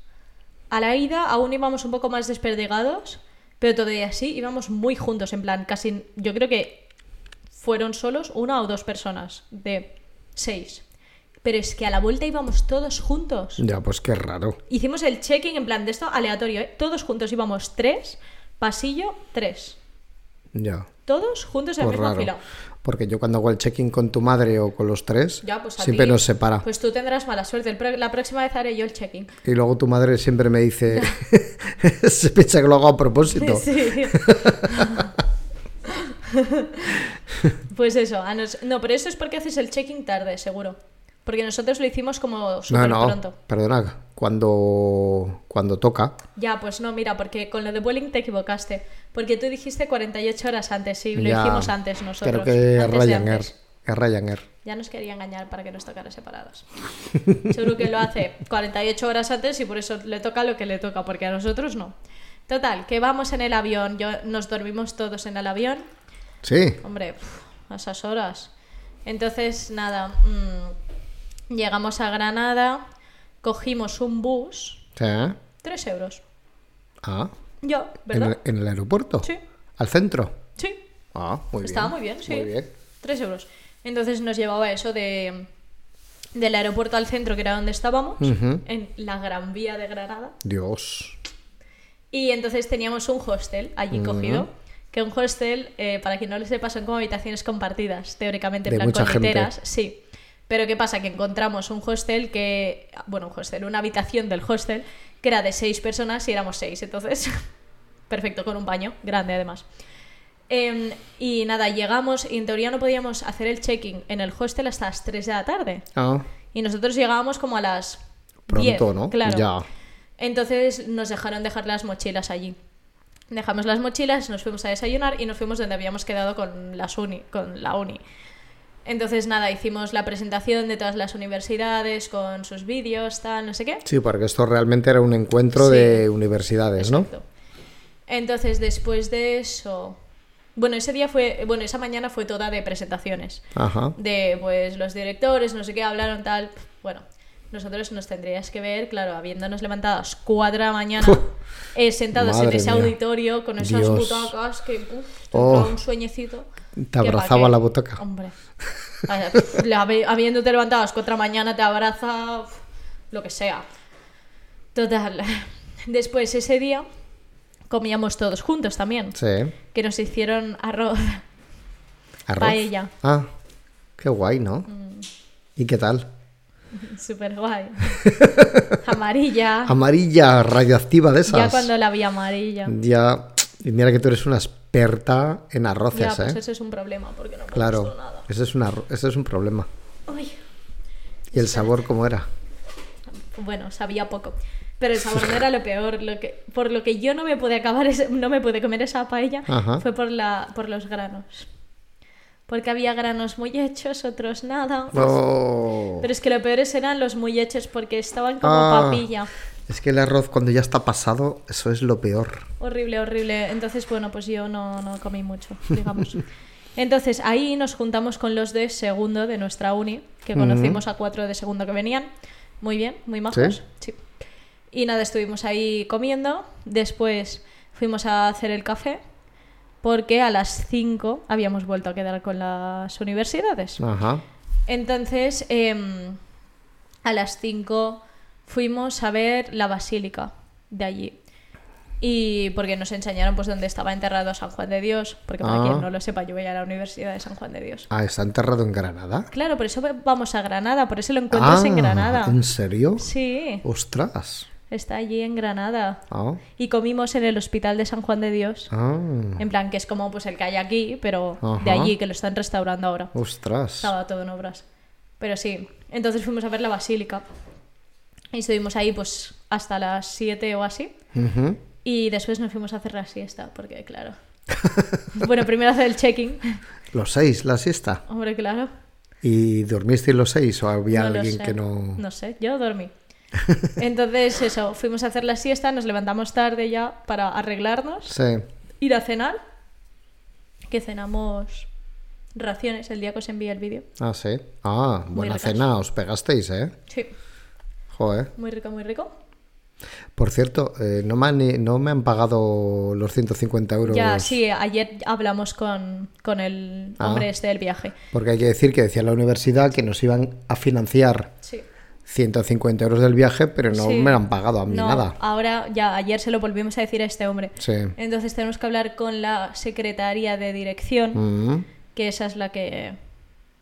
A: a la ida aún íbamos un poco más desperdigados, pero todavía así íbamos muy juntos, en plan, casi. Yo creo que fueron solos una o dos personas de seis. Pero es que a la vuelta íbamos todos juntos.
B: Ya, pues qué raro.
A: Hicimos el check-in en plan de esto aleatorio, ¿eh? Todos juntos íbamos tres, pasillo tres.
B: Ya,
A: Todos juntos en
B: pues
A: el mismo
B: raro.
A: fila.
B: Porque yo cuando hago el check-in con tu madre o con los tres,
A: Ya, pues a
B: siempre
A: ti-
B: nos separa.
A: Pues tú tendrás mala suerte. el pro- La próxima vez haré yo el check-in.
B: Y luego tu madre siempre me dice, se piensa que lo hago a propósito.
A: Sí. pues eso, a nos- no, pero eso es porque haces el check-in tarde, seguro. Porque nosotros lo hicimos como
B: No,
A: súper
B: no,
A: pronto.
B: perdona, cuando, cuando toca.
A: Ya, pues no, mira, porque con lo de Vueling te equivocaste. Porque tú dijiste 48 horas antes, sí, lo
B: ya-
A: hicimos antes nosotros.
B: Creo que es
A: antes de
B: Ryanair.
A: antes.
B: Es Ryanair.
A: Ya nos quería engañar para que nos tocara separados. Seguro que lo hace 48 horas antes y por eso le toca lo que le toca, porque a nosotros no. Total, que vamos en el avión, yo, nos dormimos todos en el avión.
B: Sí,
A: Hombre, pf, a esas horas. Entonces, nada, mm, llegamos a Granada, cogimos un bus,
B: sí.
A: Tres euros.
B: Ah,
A: Yo,
B: en
A: ¿verdad?
B: el, en el aeropuerto.
A: Sí.
B: Al centro.
A: Sí,
B: Ah, muy bien.
A: estaba muy bien, sí.
B: Muy bien.
A: Tres euros. Entonces nos llevaba eso de del aeropuerto al centro, que era donde estábamos,
B: Ujú.
A: en la Gran Vía de Granada.
B: Dios.
A: Y entonces teníamos un hostel allí cogido. Que un hostel, eh, para quien no lo sepa, son como habitaciones compartidas, teóricamente, en
B: De
A: plan
B: mucha gente.
A: coñeteras, sí. Pero ¿qué pasa? Que encontramos un hostel que. Bueno, un hostel, una habitación del hostel que era de seis personas y éramos seis. Entonces, perfecto, con un baño, grande además. Em, y nada, llegamos y en teoría no podíamos hacer el check-in en el hostel hasta las 3 de la tarde.
B: Ah,
A: Y nosotros llegábamos como a las.
B: pronto,
A: 10,
B: ¿no?
A: Claro.
B: Ya.
A: Entonces nos dejaron dejar las mochilas allí. Dejamos las mochilas, nos fuimos a desayunar y nos fuimos donde habíamos quedado con, las uni, con la uni. Entonces nada, hicimos la presentación de todas las universidades con sus vídeos, tal, no sé qué.
B: Sí, porque esto realmente era un encuentro
A: Sí.
B: de universidades, ¿no?
A: Exacto. Entonces después de eso... Bueno, ese día fue... Bueno, esa mañana fue toda de presentaciones
B: Ajá.
A: de pues los directores, no sé qué, hablaron tal. Bueno, nosotros nos tendrías que ver, claro, habiéndonos levantado a las 4 de la mañana, eh, sentados en
B: Madre
A: ese
B: mía.
A: auditorio con esas
B: Dios.
A: butacas que uf, te
B: Oh.
A: entraba un sueñecito.
B: Te
A: que pa'
B: abrazaba
A: qué.
B: la butaca.
A: Hombre. A ver, pf, la- Habiéndote levantado a las 4 de la mañana, te abraza, uf, lo que sea. Total. Después ese día comíamos todos juntos también,
B: Sí.
A: que nos hicieron arroz.
B: Arroz.
A: Paella.
B: Ah, qué guay, ¿no?
A: Mm.
B: ¿Y qué tal?
A: Súper guay. Amarilla.
B: Amarilla radioactiva de esas.
A: Ah. Ya cuando la vi amarilla.
B: Mm, Ya, y mira que tú eres una experta en arroces,
A: Ya, pues
B: ¿eh?
A: eso es un problema, porque no me
B: claro,
A: gustó nada.
B: ese es, un arro- ese es un problema.
A: Uy,
B: ¿Y el sabor cómo era?
A: bueno, sabía poco. Pero el sabor no era lo peor. Lo que, por lo que yo no me pude acabar, ese- no me pude comer esa paella,
B: Ajá.
A: fue por, la, por los granos. Porque había granos muy hechos, otros nada.
B: Oh.
A: Pues, Pero es que lo peores eran los muy hechos porque estaban como
B: Ah,
A: papilla.
B: Es que el arroz cuando ya está pasado, eso es lo peor.
A: Horrible, horrible. Entonces, bueno, pues yo no, no comí mucho, digamos. Entonces, ahí nos juntamos con los de segundo de nuestra uni, que conocimos a cuatro de segundo que venían. Muy bien, muy majos. Sí. Y nada, estuvimos ahí comiendo. Después fuimos a hacer el café, porque a las 5 habíamos vuelto a quedar con las universidades.
B: Ajá.
A: Entonces, em, a las 5 fuimos a ver la basílica de allí. Y porque nos enseñaron pues dónde estaba enterrado San Juan de Dios, porque para
B: Ah.
A: quien no lo sepa, yo voy a la Universidad de San Juan de Dios.
B: Ah, está enterrado en Granada.
A: Claro, por eso vamos a Granada, por eso lo encuentras
B: Ah,
A: en Granada.
B: ¿En serio?
A: Sí,
B: Ostras.
A: está allí en Granada.
B: Ah,
A: Y comimos en el hospital de San Juan de Dios.
B: ah,
A: En plan, que es como pues el que hay aquí, pero de
B: Ajá.
A: allí, que lo están restaurando ahora.
B: ostras.
A: Estaba todo en obras. Pero sí, entonces fuimos a ver la basílica. Y estuvimos ahí pues hasta las 7 o así.
B: Ujú.
A: Y después nos fuimos a hacer la siesta, porque claro. bueno, primero hacer el check-in.
B: Los seis, la siesta.
A: Hombre, claro.
B: ¿Y dormisteis los seis o había
A: No lo
B: alguien
A: sé.
B: que no...
A: No sé, yo dormí. Entonces, eso, fuimos a hacer la siesta, nos levantamos tarde ya para arreglarnos,
B: Sí.
A: ir a cenar, que cenamos raciones el día que os envié el vídeo.
B: Ah, sí. Ah, buena
A: ricas.
B: cena, os pegasteis, ¿eh?
A: Sí,
B: Joder.
A: muy rico, muy rico.
B: Por cierto, eh, no, me han, no me han pagado los 150 euros.
A: Ya, sí, ayer hablamos con, con el
B: Ah.
A: hombre este del viaje.
B: Porque hay que decir que decía la universidad que nos iban a financiar
A: Sí.
B: 150 euros del viaje, pero no
A: Sí.
B: me lo han pagado a mí
A: No,
B: nada.
A: Ahora, ya, ayer se lo volvimos a decir a este hombre.
B: Sí.
A: Entonces tenemos que hablar con la secretaria de dirección,
B: Mm.
A: que esa es la que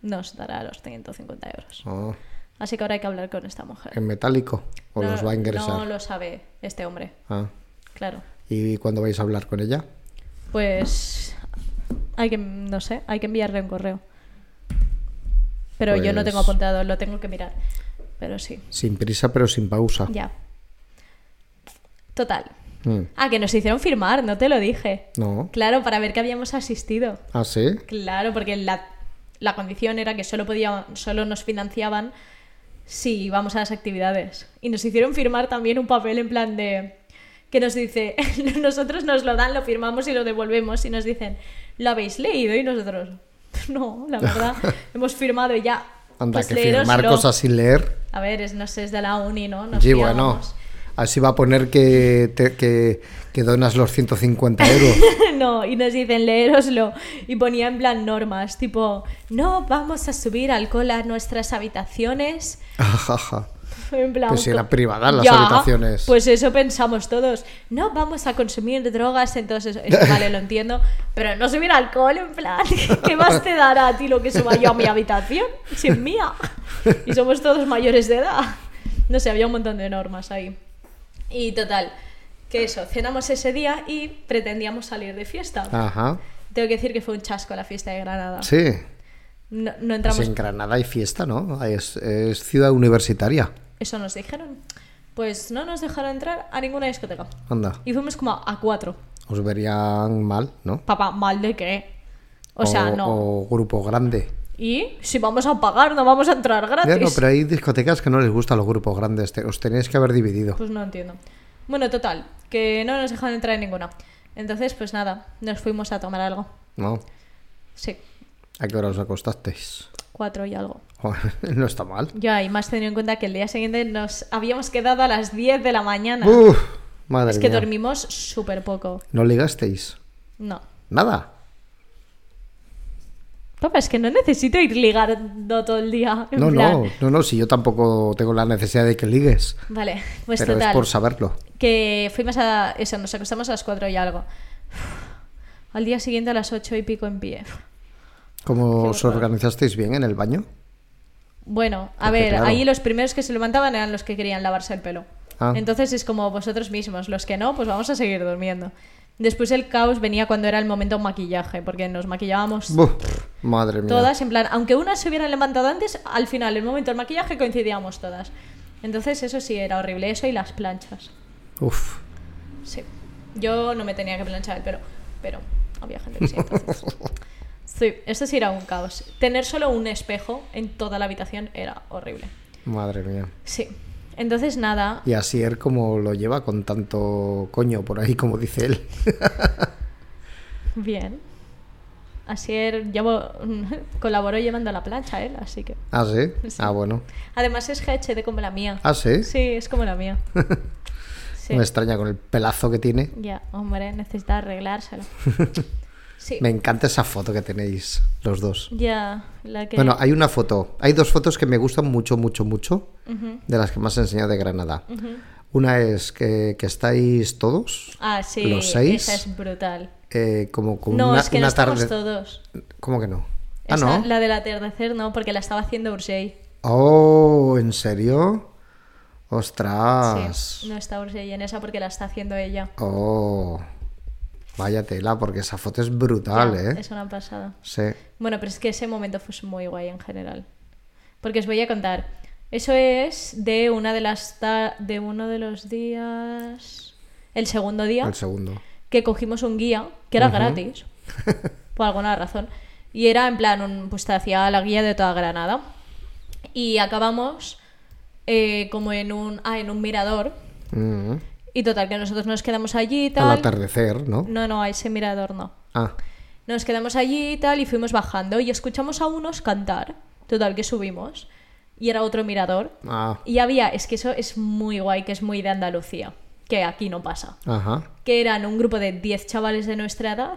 A: nos dará los 150 euros.
B: Ah,
A: Así que ahora hay que hablar con esta mujer.
B: ¿En metálico? ¿O los va a ingresar?
A: No lo sabe este hombre,
B: Ah.
A: claro.
B: ¿Y cuándo vais a hablar con ella?
A: Pues hay que, no sé, hay que enviarle un correo. Pero yo no
B: Pues-
A: tengo apuntado, lo tengo que mirar. Pero sí,
B: Sin prisa, pero sin pausa.
A: ya. Total.
B: Mm.
A: Ah, que nos hicieron firmar, no te lo dije.
B: No.
A: Claro, para ver que habíamos asistido.
B: ¿Ah, sí?
A: Claro, porque la, la condición era que solo, podía, solo nos financiaban si íbamos a las actividades. Y nos hicieron firmar también un papel en plan de... que nos dice, nosotros nos lo dan, lo firmamos y lo devolvemos y nos dicen, ¿lo habéis leído? Y nosotros, no, la verdad, hemos firmado y ya.
B: Anda,
A: pues
B: que firmar
A: leéroslo".
B: cosas sin leer.
A: A ver, es, no sé, es de la uni, ¿no? Nos
B: Sí, bueno.
A: fiábamos.
B: Así va a poner que, te- que, que donas los 150 euros.
A: no, y nos dicen leeroslo. Y ponía en plan normas, tipo, no vamos a subir alcohol a nuestras habitaciones.
B: Ah, Ajaja.
A: En plan,
B: Pues si eran
A: co-
B: privadas las
A: Ya,
B: habitaciones.
A: Pues eso pensamos todos. No vamos a consumir drogas, entonces, eh, vale, lo entiendo. Pero no subir alcohol, en plan, ¿qué más te dará a ti lo que suba yo a mi habitación? Si es mía. Y somos todos mayores de edad. No sé, había un montón de normas ahí. Y total, que eso, cenamos ese día y pretendíamos salir de fiesta.
B: Ajá.
A: Tengo que decir que fue un chasco la fiesta de Granada.
B: Sí.
A: No, no
B: Pues
A: entramos.
B: en Granada hay fiesta, ¿no? Es, es ciudad universitaria.
A: Eso nos dijeron. Pues no nos dejaron entrar a ninguna discoteca.
B: Anda.
A: Y fuimos como a cuatro.
B: Os verían mal, ¿no?
A: Papá, ¿mal de qué? O
B: Oh,
A: sea, no.
B: O grupo grande.
A: Y si vamos a pagar, no vamos a entrar gratis.
B: Ya no, pero hay discotecas que no les gustan los grupos grandes. Te- os tenéis que haber dividido.
A: Pues no entiendo. Bueno, total, que no nos dejaron entrar en ninguna. Entonces, pues nada, nos fuimos a tomar algo.
B: ¿No?
A: Sí,
B: ¿A qué hora os acostasteis?
A: cuatro y algo.
B: Joder, no está mal.
A: Ya, y más teniendo en cuenta que el día siguiente nos habíamos quedado a las 10 de la mañana.
B: Uf, madre
A: es que
B: mía.
A: dormimos súper poco.
B: ¿No ligasteis?
A: No.
B: Nada.
A: Papá, es que no necesito ir ligando todo el día. en
B: No,
A: plan.
B: no, no, no, si yo tampoco tengo la necesidad de que ligues.
A: Vale, pues
B: pero
A: total.
B: es por saberlo.
A: que fuimos a eso, nos acostamos a las 4 y algo. Al día siguiente a las 8 y pico en pie.
B: ¿Cómo os organizasteis bien en el baño?
A: Bueno, a
B: Porque,
A: ver,
B: claro.
A: ahí los primeros que se levantaban eran los que querían lavarse el pelo.
B: Ah.
A: Entonces es como vosotros mismos, los que no, pues vamos a seguir durmiendo. Después el caos venía cuando era el momento maquillaje, porque nos maquillábamos
B: Buf, madre mía.
A: todas, en plan, aunque unas se hubieran levantado antes, al final, el momento del maquillaje coincidíamos todas. Entonces eso sí era horrible, eso y las planchas.
B: Uf.
A: Sí. Yo no me tenía que planchar el pelo, pero había gente que sí. Entonces. Sí, esto sí era un caos. Tener solo un espejo en toda la habitación era horrible.
B: Madre mía.
A: Sí. Entonces nada.
B: Y así es como lo lleva con tanto coño por ahí, como dice él.
A: Bien. Asier llevo, colaboró llevando la plancha él, así que.
B: ¿Ah, sí?
A: Sí.
B: Ah, bueno.
A: Además es GHD como la mía.
B: ¿Ah, Pues sí?
A: Sí, es como la mía. Sí.
B: Me extraña con el pelazo que tiene.
A: Ya, hombre, necesita arreglárselo. Sí.
B: Me encanta esa foto que tenéis los dos.
A: Ya, la que.
B: Bueno, hay una foto. Hay dos fotos que me gustan mucho, mucho, mucho. De las que más he enseñado de Granada. Una es que, que estáis todos.
A: ah, sí,
B: los seis.
A: esa es brutal.
B: eh, como con
A: No,
B: una,
A: es que
B: una
A: no
B: tarde.
A: estamos todos.
B: ¿Cómo que no? Ah,
A: Esa-
B: no.
A: La del atardecer no, porque la estaba haciendo Ursey.
B: Oh, ¿en serio? Ostras.
A: Sí, no está Ursey en esa porque la está haciendo ella.
B: Oh. Vaya tela, porque esa foto es brutal,
A: Ya,
B: ¿eh?
A: Es una pasada.
B: Sí.
A: Bueno, pero es que ese momento fue muy guay en general. Porque os voy a contar. Eso es de una de las ta- de uno de los días. El segundo día.
B: El segundo.
A: que cogimos un guía, que era gratis, por alguna razón, Y era en plan, un- pues te hacía la guía de toda Granada. Y acabamos eh, como en un, ah, en un mirador.
B: Mm.
A: Y total, que nosotros nos quedamos allí y
B: Al
A: tal.
B: atardecer, ¿no?
A: No, no, a ese mirador no.
B: Ah,
A: Nos quedamos allí y tal y fuimos bajando y escuchamos a unos cantar. Total, que subimos. Y era otro mirador.
B: ah,
A: Y había, es que eso es muy guay, que es muy de Andalucía, que aquí no pasa.
B: ajá.
A: Que eran un grupo de 10 chavales de nuestra edad,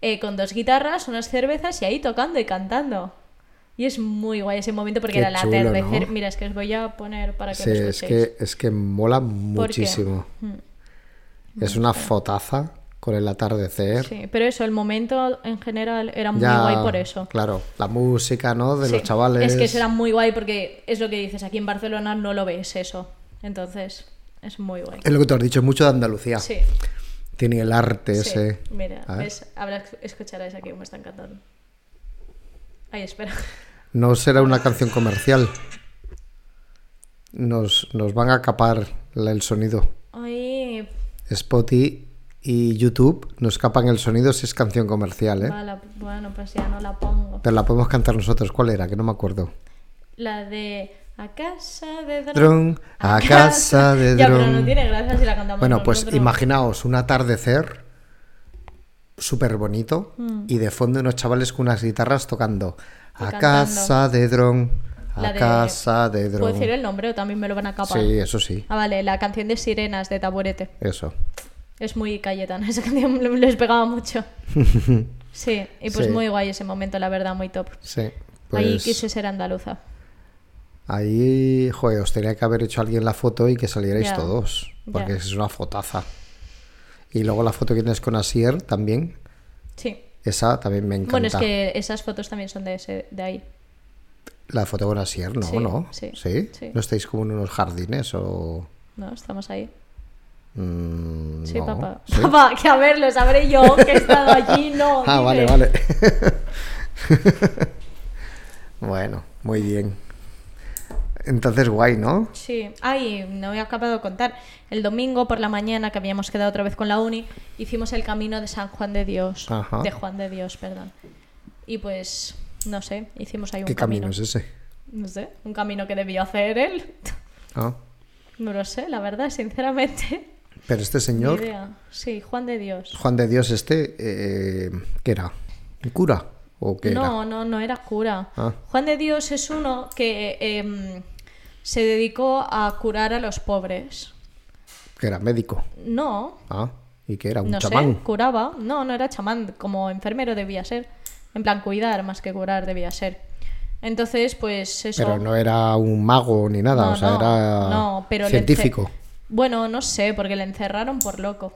A: eh, con dos guitarras, unas cervezas y ahí tocando y cantando. Y es muy guay ese momento porque
B: Qué
A: era el
B: chulo,
A: atardecer.
B: ¿no?
A: Mira, es que os voy a poner para que
B: Sí,
A: lo
B: es
A: escuchéis.
B: que, es que mola
A: ¿Por qué? Mm,
B: muchísimo. Es una fotaza con el atardecer.
A: Sí, pero eso, el momento en general era muy
B: Ya,
A: guay por eso.
B: Claro, la música, ¿no? De
A: Sí.
B: los chavales.
A: Es que será muy guay porque es lo que dices, aquí en Barcelona no lo ves eso. Entonces, es muy guay.
B: Es lo que tú has dicho, es mucho de Andalucía.
A: Sí,
B: Tiene el arte
A: sí.
B: ese.
A: Mira,
B: A ver.
A: ves, habrá, escucharáis aquí cómo están cantando. Ay, espera.
B: No será una canción comercial. Nos, nos van a acapar la- el sonido.
A: Ay,
B: Spotify y YouTube nos capan el sonido si es canción comercial, ¿eh?
A: mala- bueno, pues ya no la pongo.
B: Pero la podemos cantar nosotros. ¿Cuál era? Que no me acuerdo.
A: La de A casa de dron.
B: Dron, a casa de
A: Ya, pero no
B: dron.
A: tiene gracia si la cantamos
B: Bueno, pues
A: nosotros.
B: imaginaos un atardecer súper bonito
A: Mm.
B: y de fondo unos chavales con unas guitarras tocando.
A: Y
B: A
A: cantando.
B: casa de dron,
A: La
B: a
A: de-
B: casa de
A: ¿Puedo
B: dron.
A: decir el nombre o también me lo van a capar?
B: Sí, eso sí,
A: Ah, vale, la canción de Sirenas de Taburete.
B: eso.
A: Es muy Cayetana, esa canción le- les pegaba mucho. Sí, y pues
B: Sí.
A: muy guay ese momento, la verdad, muy top.
B: Sí,
A: Ahí
B: pues
A: quise ser andaluza.
B: ahí, joder, os tenía que haber hecho alguien la foto y que salierais
A: Ya,
B: todos, porque
A: ya.
B: es una fotaza. Y luego la foto que tienes con Asier también,
A: Sí.
B: esa también me encanta.
A: Bueno, es que esas fotos también son de, ese, de ahí.
B: La foto con Asier, ¿no?
A: Sí,
B: ¿No?
A: sí, sí.
B: ¿No estáis como en unos jardines o...?
A: ¿No? Estamos ahí.
B: Mm,
A: Sí,
B: no.
A: papá.
B: ¿Sí?
A: Papá, que a ver, lo sabré yo, que he estado allí, no.
B: Ah,
A: dime.
B: vale, vale. bueno, muy bien. Entonces, guay, ¿no?
A: Sí, ay, no he acabado de contar. El domingo por la mañana, que habíamos quedado otra vez con la uni, hicimos el camino de San Juan de Dios.
B: Ajá.
A: De Juan de Dios, perdón. Y pues, no sé, hicimos ahí un
B: ¿Qué camino es ese?
A: No sé, un camino que debió hacer él.
B: Ah,
A: No lo sé, la verdad, sinceramente.
B: pero este
A: Ni
B: señor,
A: idea. Sí, Juan de Dios.
B: Juan de Dios, este, eh, ¿qué era? ¿Un cura? ¿O qué
A: No,
B: era?
A: no, no era cura.
B: Ah.
A: Juan de Dios es uno que em, se dedicó a curar a los pobres.
B: Que era médico.
A: No,
B: Ah, ¿y qué era? ¿Un
A: no
B: chamán?
A: sé, curaba. No, no era chamán, como enfermero debía ser. En plan, cuidar más que curar debía ser. Entonces, pues eso.
B: Pero no era un mago ni nada,
A: No,
B: o sea,
A: no,
B: era
A: no, pero le ence-
B: científico.
A: Bueno, no sé, porque le encerraron por loco.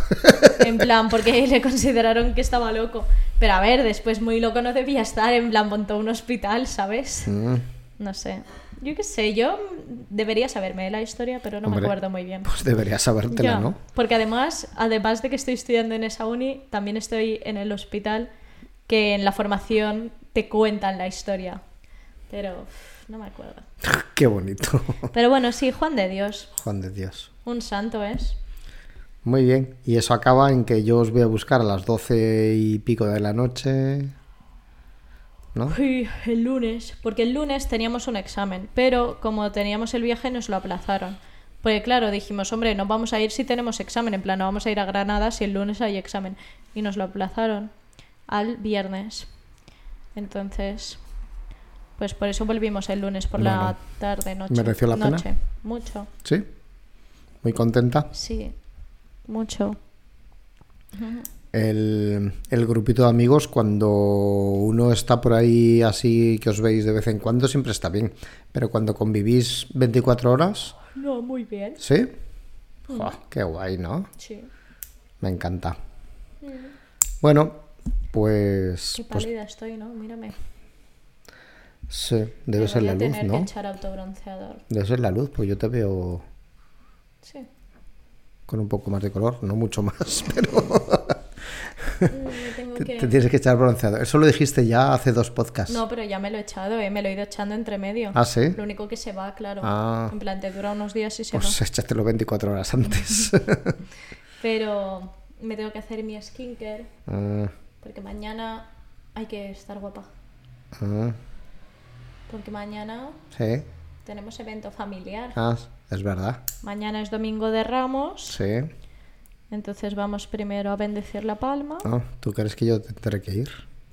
A: en plan, porque le consideraron que estaba loco. Pero a ver, después muy loco no debía estar, en plan, montó un hospital, ¿sabes?
B: Mm,
A: No sé. Yo qué sé, yo debería saberme la historia, pero no
B: hombre,
A: me acuerdo muy bien.
B: Pues deberías sabértela,
A: Ya,
B: ¿no?
A: Porque además, además de que estoy estudiando en esa uni, también estoy en el hospital, que en la formación te cuentan la historia. Pero uf, no me acuerdo.
B: Qué bonito.
A: Pero bueno, sí, Juan de Dios.
B: Juan de Dios.
A: Un santo es.
B: Muy bien, y eso acaba en que yo os voy a buscar a las doce y pico de la noche. ¿No?
A: Uy, el lunes, porque el lunes teníamos un examen, pero como teníamos el viaje nos lo aplazaron. Porque claro, dijimos, hombre, no vamos a ir si tenemos examen, en plan, no vamos a ir a Granada si el lunes hay examen. Y nos lo aplazaron al viernes. Entonces, pues por eso volvimos el lunes por la
B: Bueno,
A: tarde, noche.
B: ¿mereció la pena?
A: Noche. Mucho,
B: ¿Sí? Muy contenta.
A: sí, mucho.
B: El, el grupito de amigos, cuando uno está por ahí así que os veis de vez en cuando, siempre está bien. Pero cuando convivís 24 horas,
A: No, muy bien.
B: ¿sí? Buah, qué guay, ¿no?
A: Sí.
B: Me encanta. Bueno, pues.
A: Mm. Qué
B: pues
A: pálida estoy, ¿no? Mírame.
B: sí, debe
A: Me
B: ser
A: voy a
B: la luz,
A: tener que
B: ¿no?
A: echar autobronceador.
B: Debe ser la luz, pues yo te veo
A: Sí.
B: con un poco más de color, no mucho más, pero
A: Me tengo
B: te,
A: que-
B: te tienes que echar bronceado. Eso lo dijiste ya hace dos podcasts.
A: No, pero ya me lo he echado, ¿eh? me lo he ido echando entre medio.
B: Ah, ¿sí?
A: Lo único que se va, claro.
B: Ah.
A: En plan, te dura unos días y se
B: pues
A: va.
B: échatelo 24 horas antes.
A: Pero me tengo que hacer mi skincare
B: Ah,
A: porque mañana Hay que estar guapa.
B: Ah,
A: Porque mañana
B: sí.
A: tenemos evento familiar.
B: Ah, es verdad.
A: Mañana es domingo de Ramos.
B: Sí.
A: Entonces vamos primero a bendecir la palma.
B: Ah, ¿Tú crees que yo tendré que ir?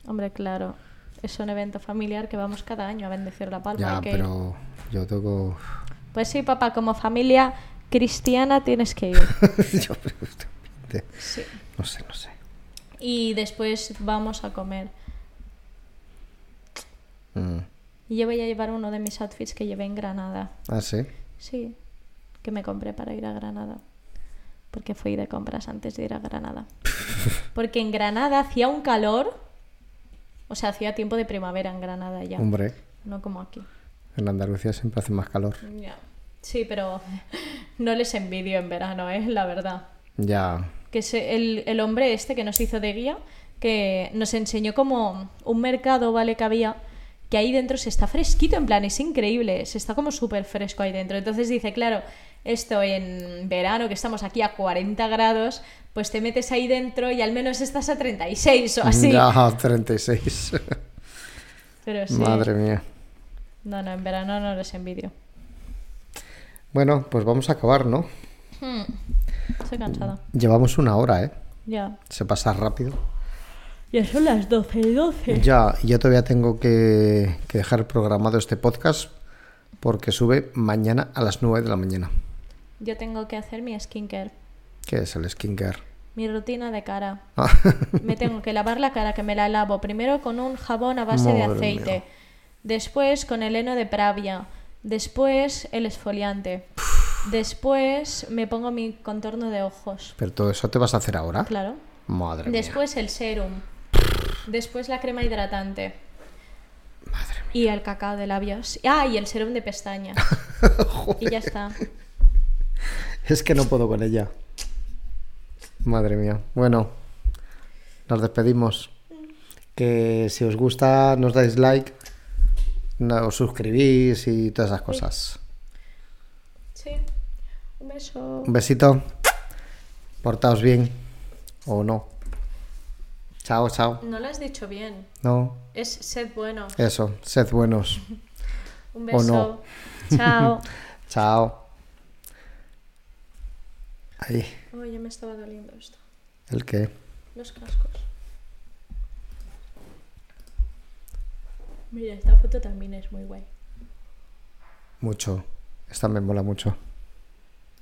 A: Hombre, claro. Es un evento familiar que vamos cada año a bendecir la palma.
B: Ya,
A: hay que ir.
B: pero yo tengo.
A: Pues sí, papá, como familia cristiana tienes que ir.
B: Yo-
A: Sí.
B: no sé, no sé.
A: Y después vamos a comer.
B: Mm.
A: Y yo voy a llevar uno de mis outfits que llevé en Granada.
B: Ah, sí.
A: Sí, que me compré para ir a Granada. Porque fui de compras antes de ir a Granada. Porque en Granada hacía un calor. O sea, hacía tiempo de primavera en Granada ya.
B: Hombre,
A: No como aquí.
B: en Andalucía siempre hace más calor.
A: Ya. Sí, pero no les envidio en verano, es la verdad.
B: Ya.
A: que es el, el hombre este que nos hizo de guía, que nos enseñó como un mercado, ¿vale? Que había, que ahí dentro se está fresquito, en plan, es increíble, se está como súper fresco ahí dentro. Entonces dice, claro, esto en verano, que estamos aquí a 40 grados, pues te metes ahí dentro y al menos estás a 36 o así.
B: Ya, 36.
A: Pero Pues sí.
B: Madre mía.
A: No, no, en verano no los envidio.
B: Bueno, pues vamos a acabar, ¿no?
A: Hmm. Estoy cansada.
B: Llevamos una hora, ¿eh?
A: Ya.
B: Se pasa rápido.
A: Ya son las 12 y 12.
B: Ya, y yo todavía tengo que, que dejar programado este podcast porque sube mañana a las 9 de la mañana,
A: Yo tengo que hacer mi skincare,
B: que es el skincare.
A: mi rutina de cara.
B: Ah,
A: Me tengo que lavar la cara, que me la lavo primero con un jabón a base de
B: Madre
A: aceite,
B: mía.
A: después con el heno de pravia, después el esfoliante, después me pongo mi contorno de ojos,
B: Pero todo eso te vas a hacer ahora.
A: claro,
B: Madre
A: después el serum, después la crema hidratante
B: mía. Madre mía.
A: y el cacao de labios, ah, y el serum de pestañas, y ya está.
B: Es que no puedo con ella. Madre mía. Bueno, nos despedimos. Que si os gusta, nos dais like, no- os suscribís y todas esas cosas.
A: Sí, un beso.
B: Un besito. Portaos bien. O no. Chao, chao.
A: No lo has dicho bien,
B: No.
A: es sed bueno.
B: Eso. Sed buenos.
A: Un
B: O
A: beso.
B: no.
A: Chao.
B: Chao. Ahí.
A: Oh, ya me estaba doliendo esto.
B: ¿El qué?
A: Los cascos. Mira, esta foto también es muy guay.
B: Mucho. Esta me mola mucho.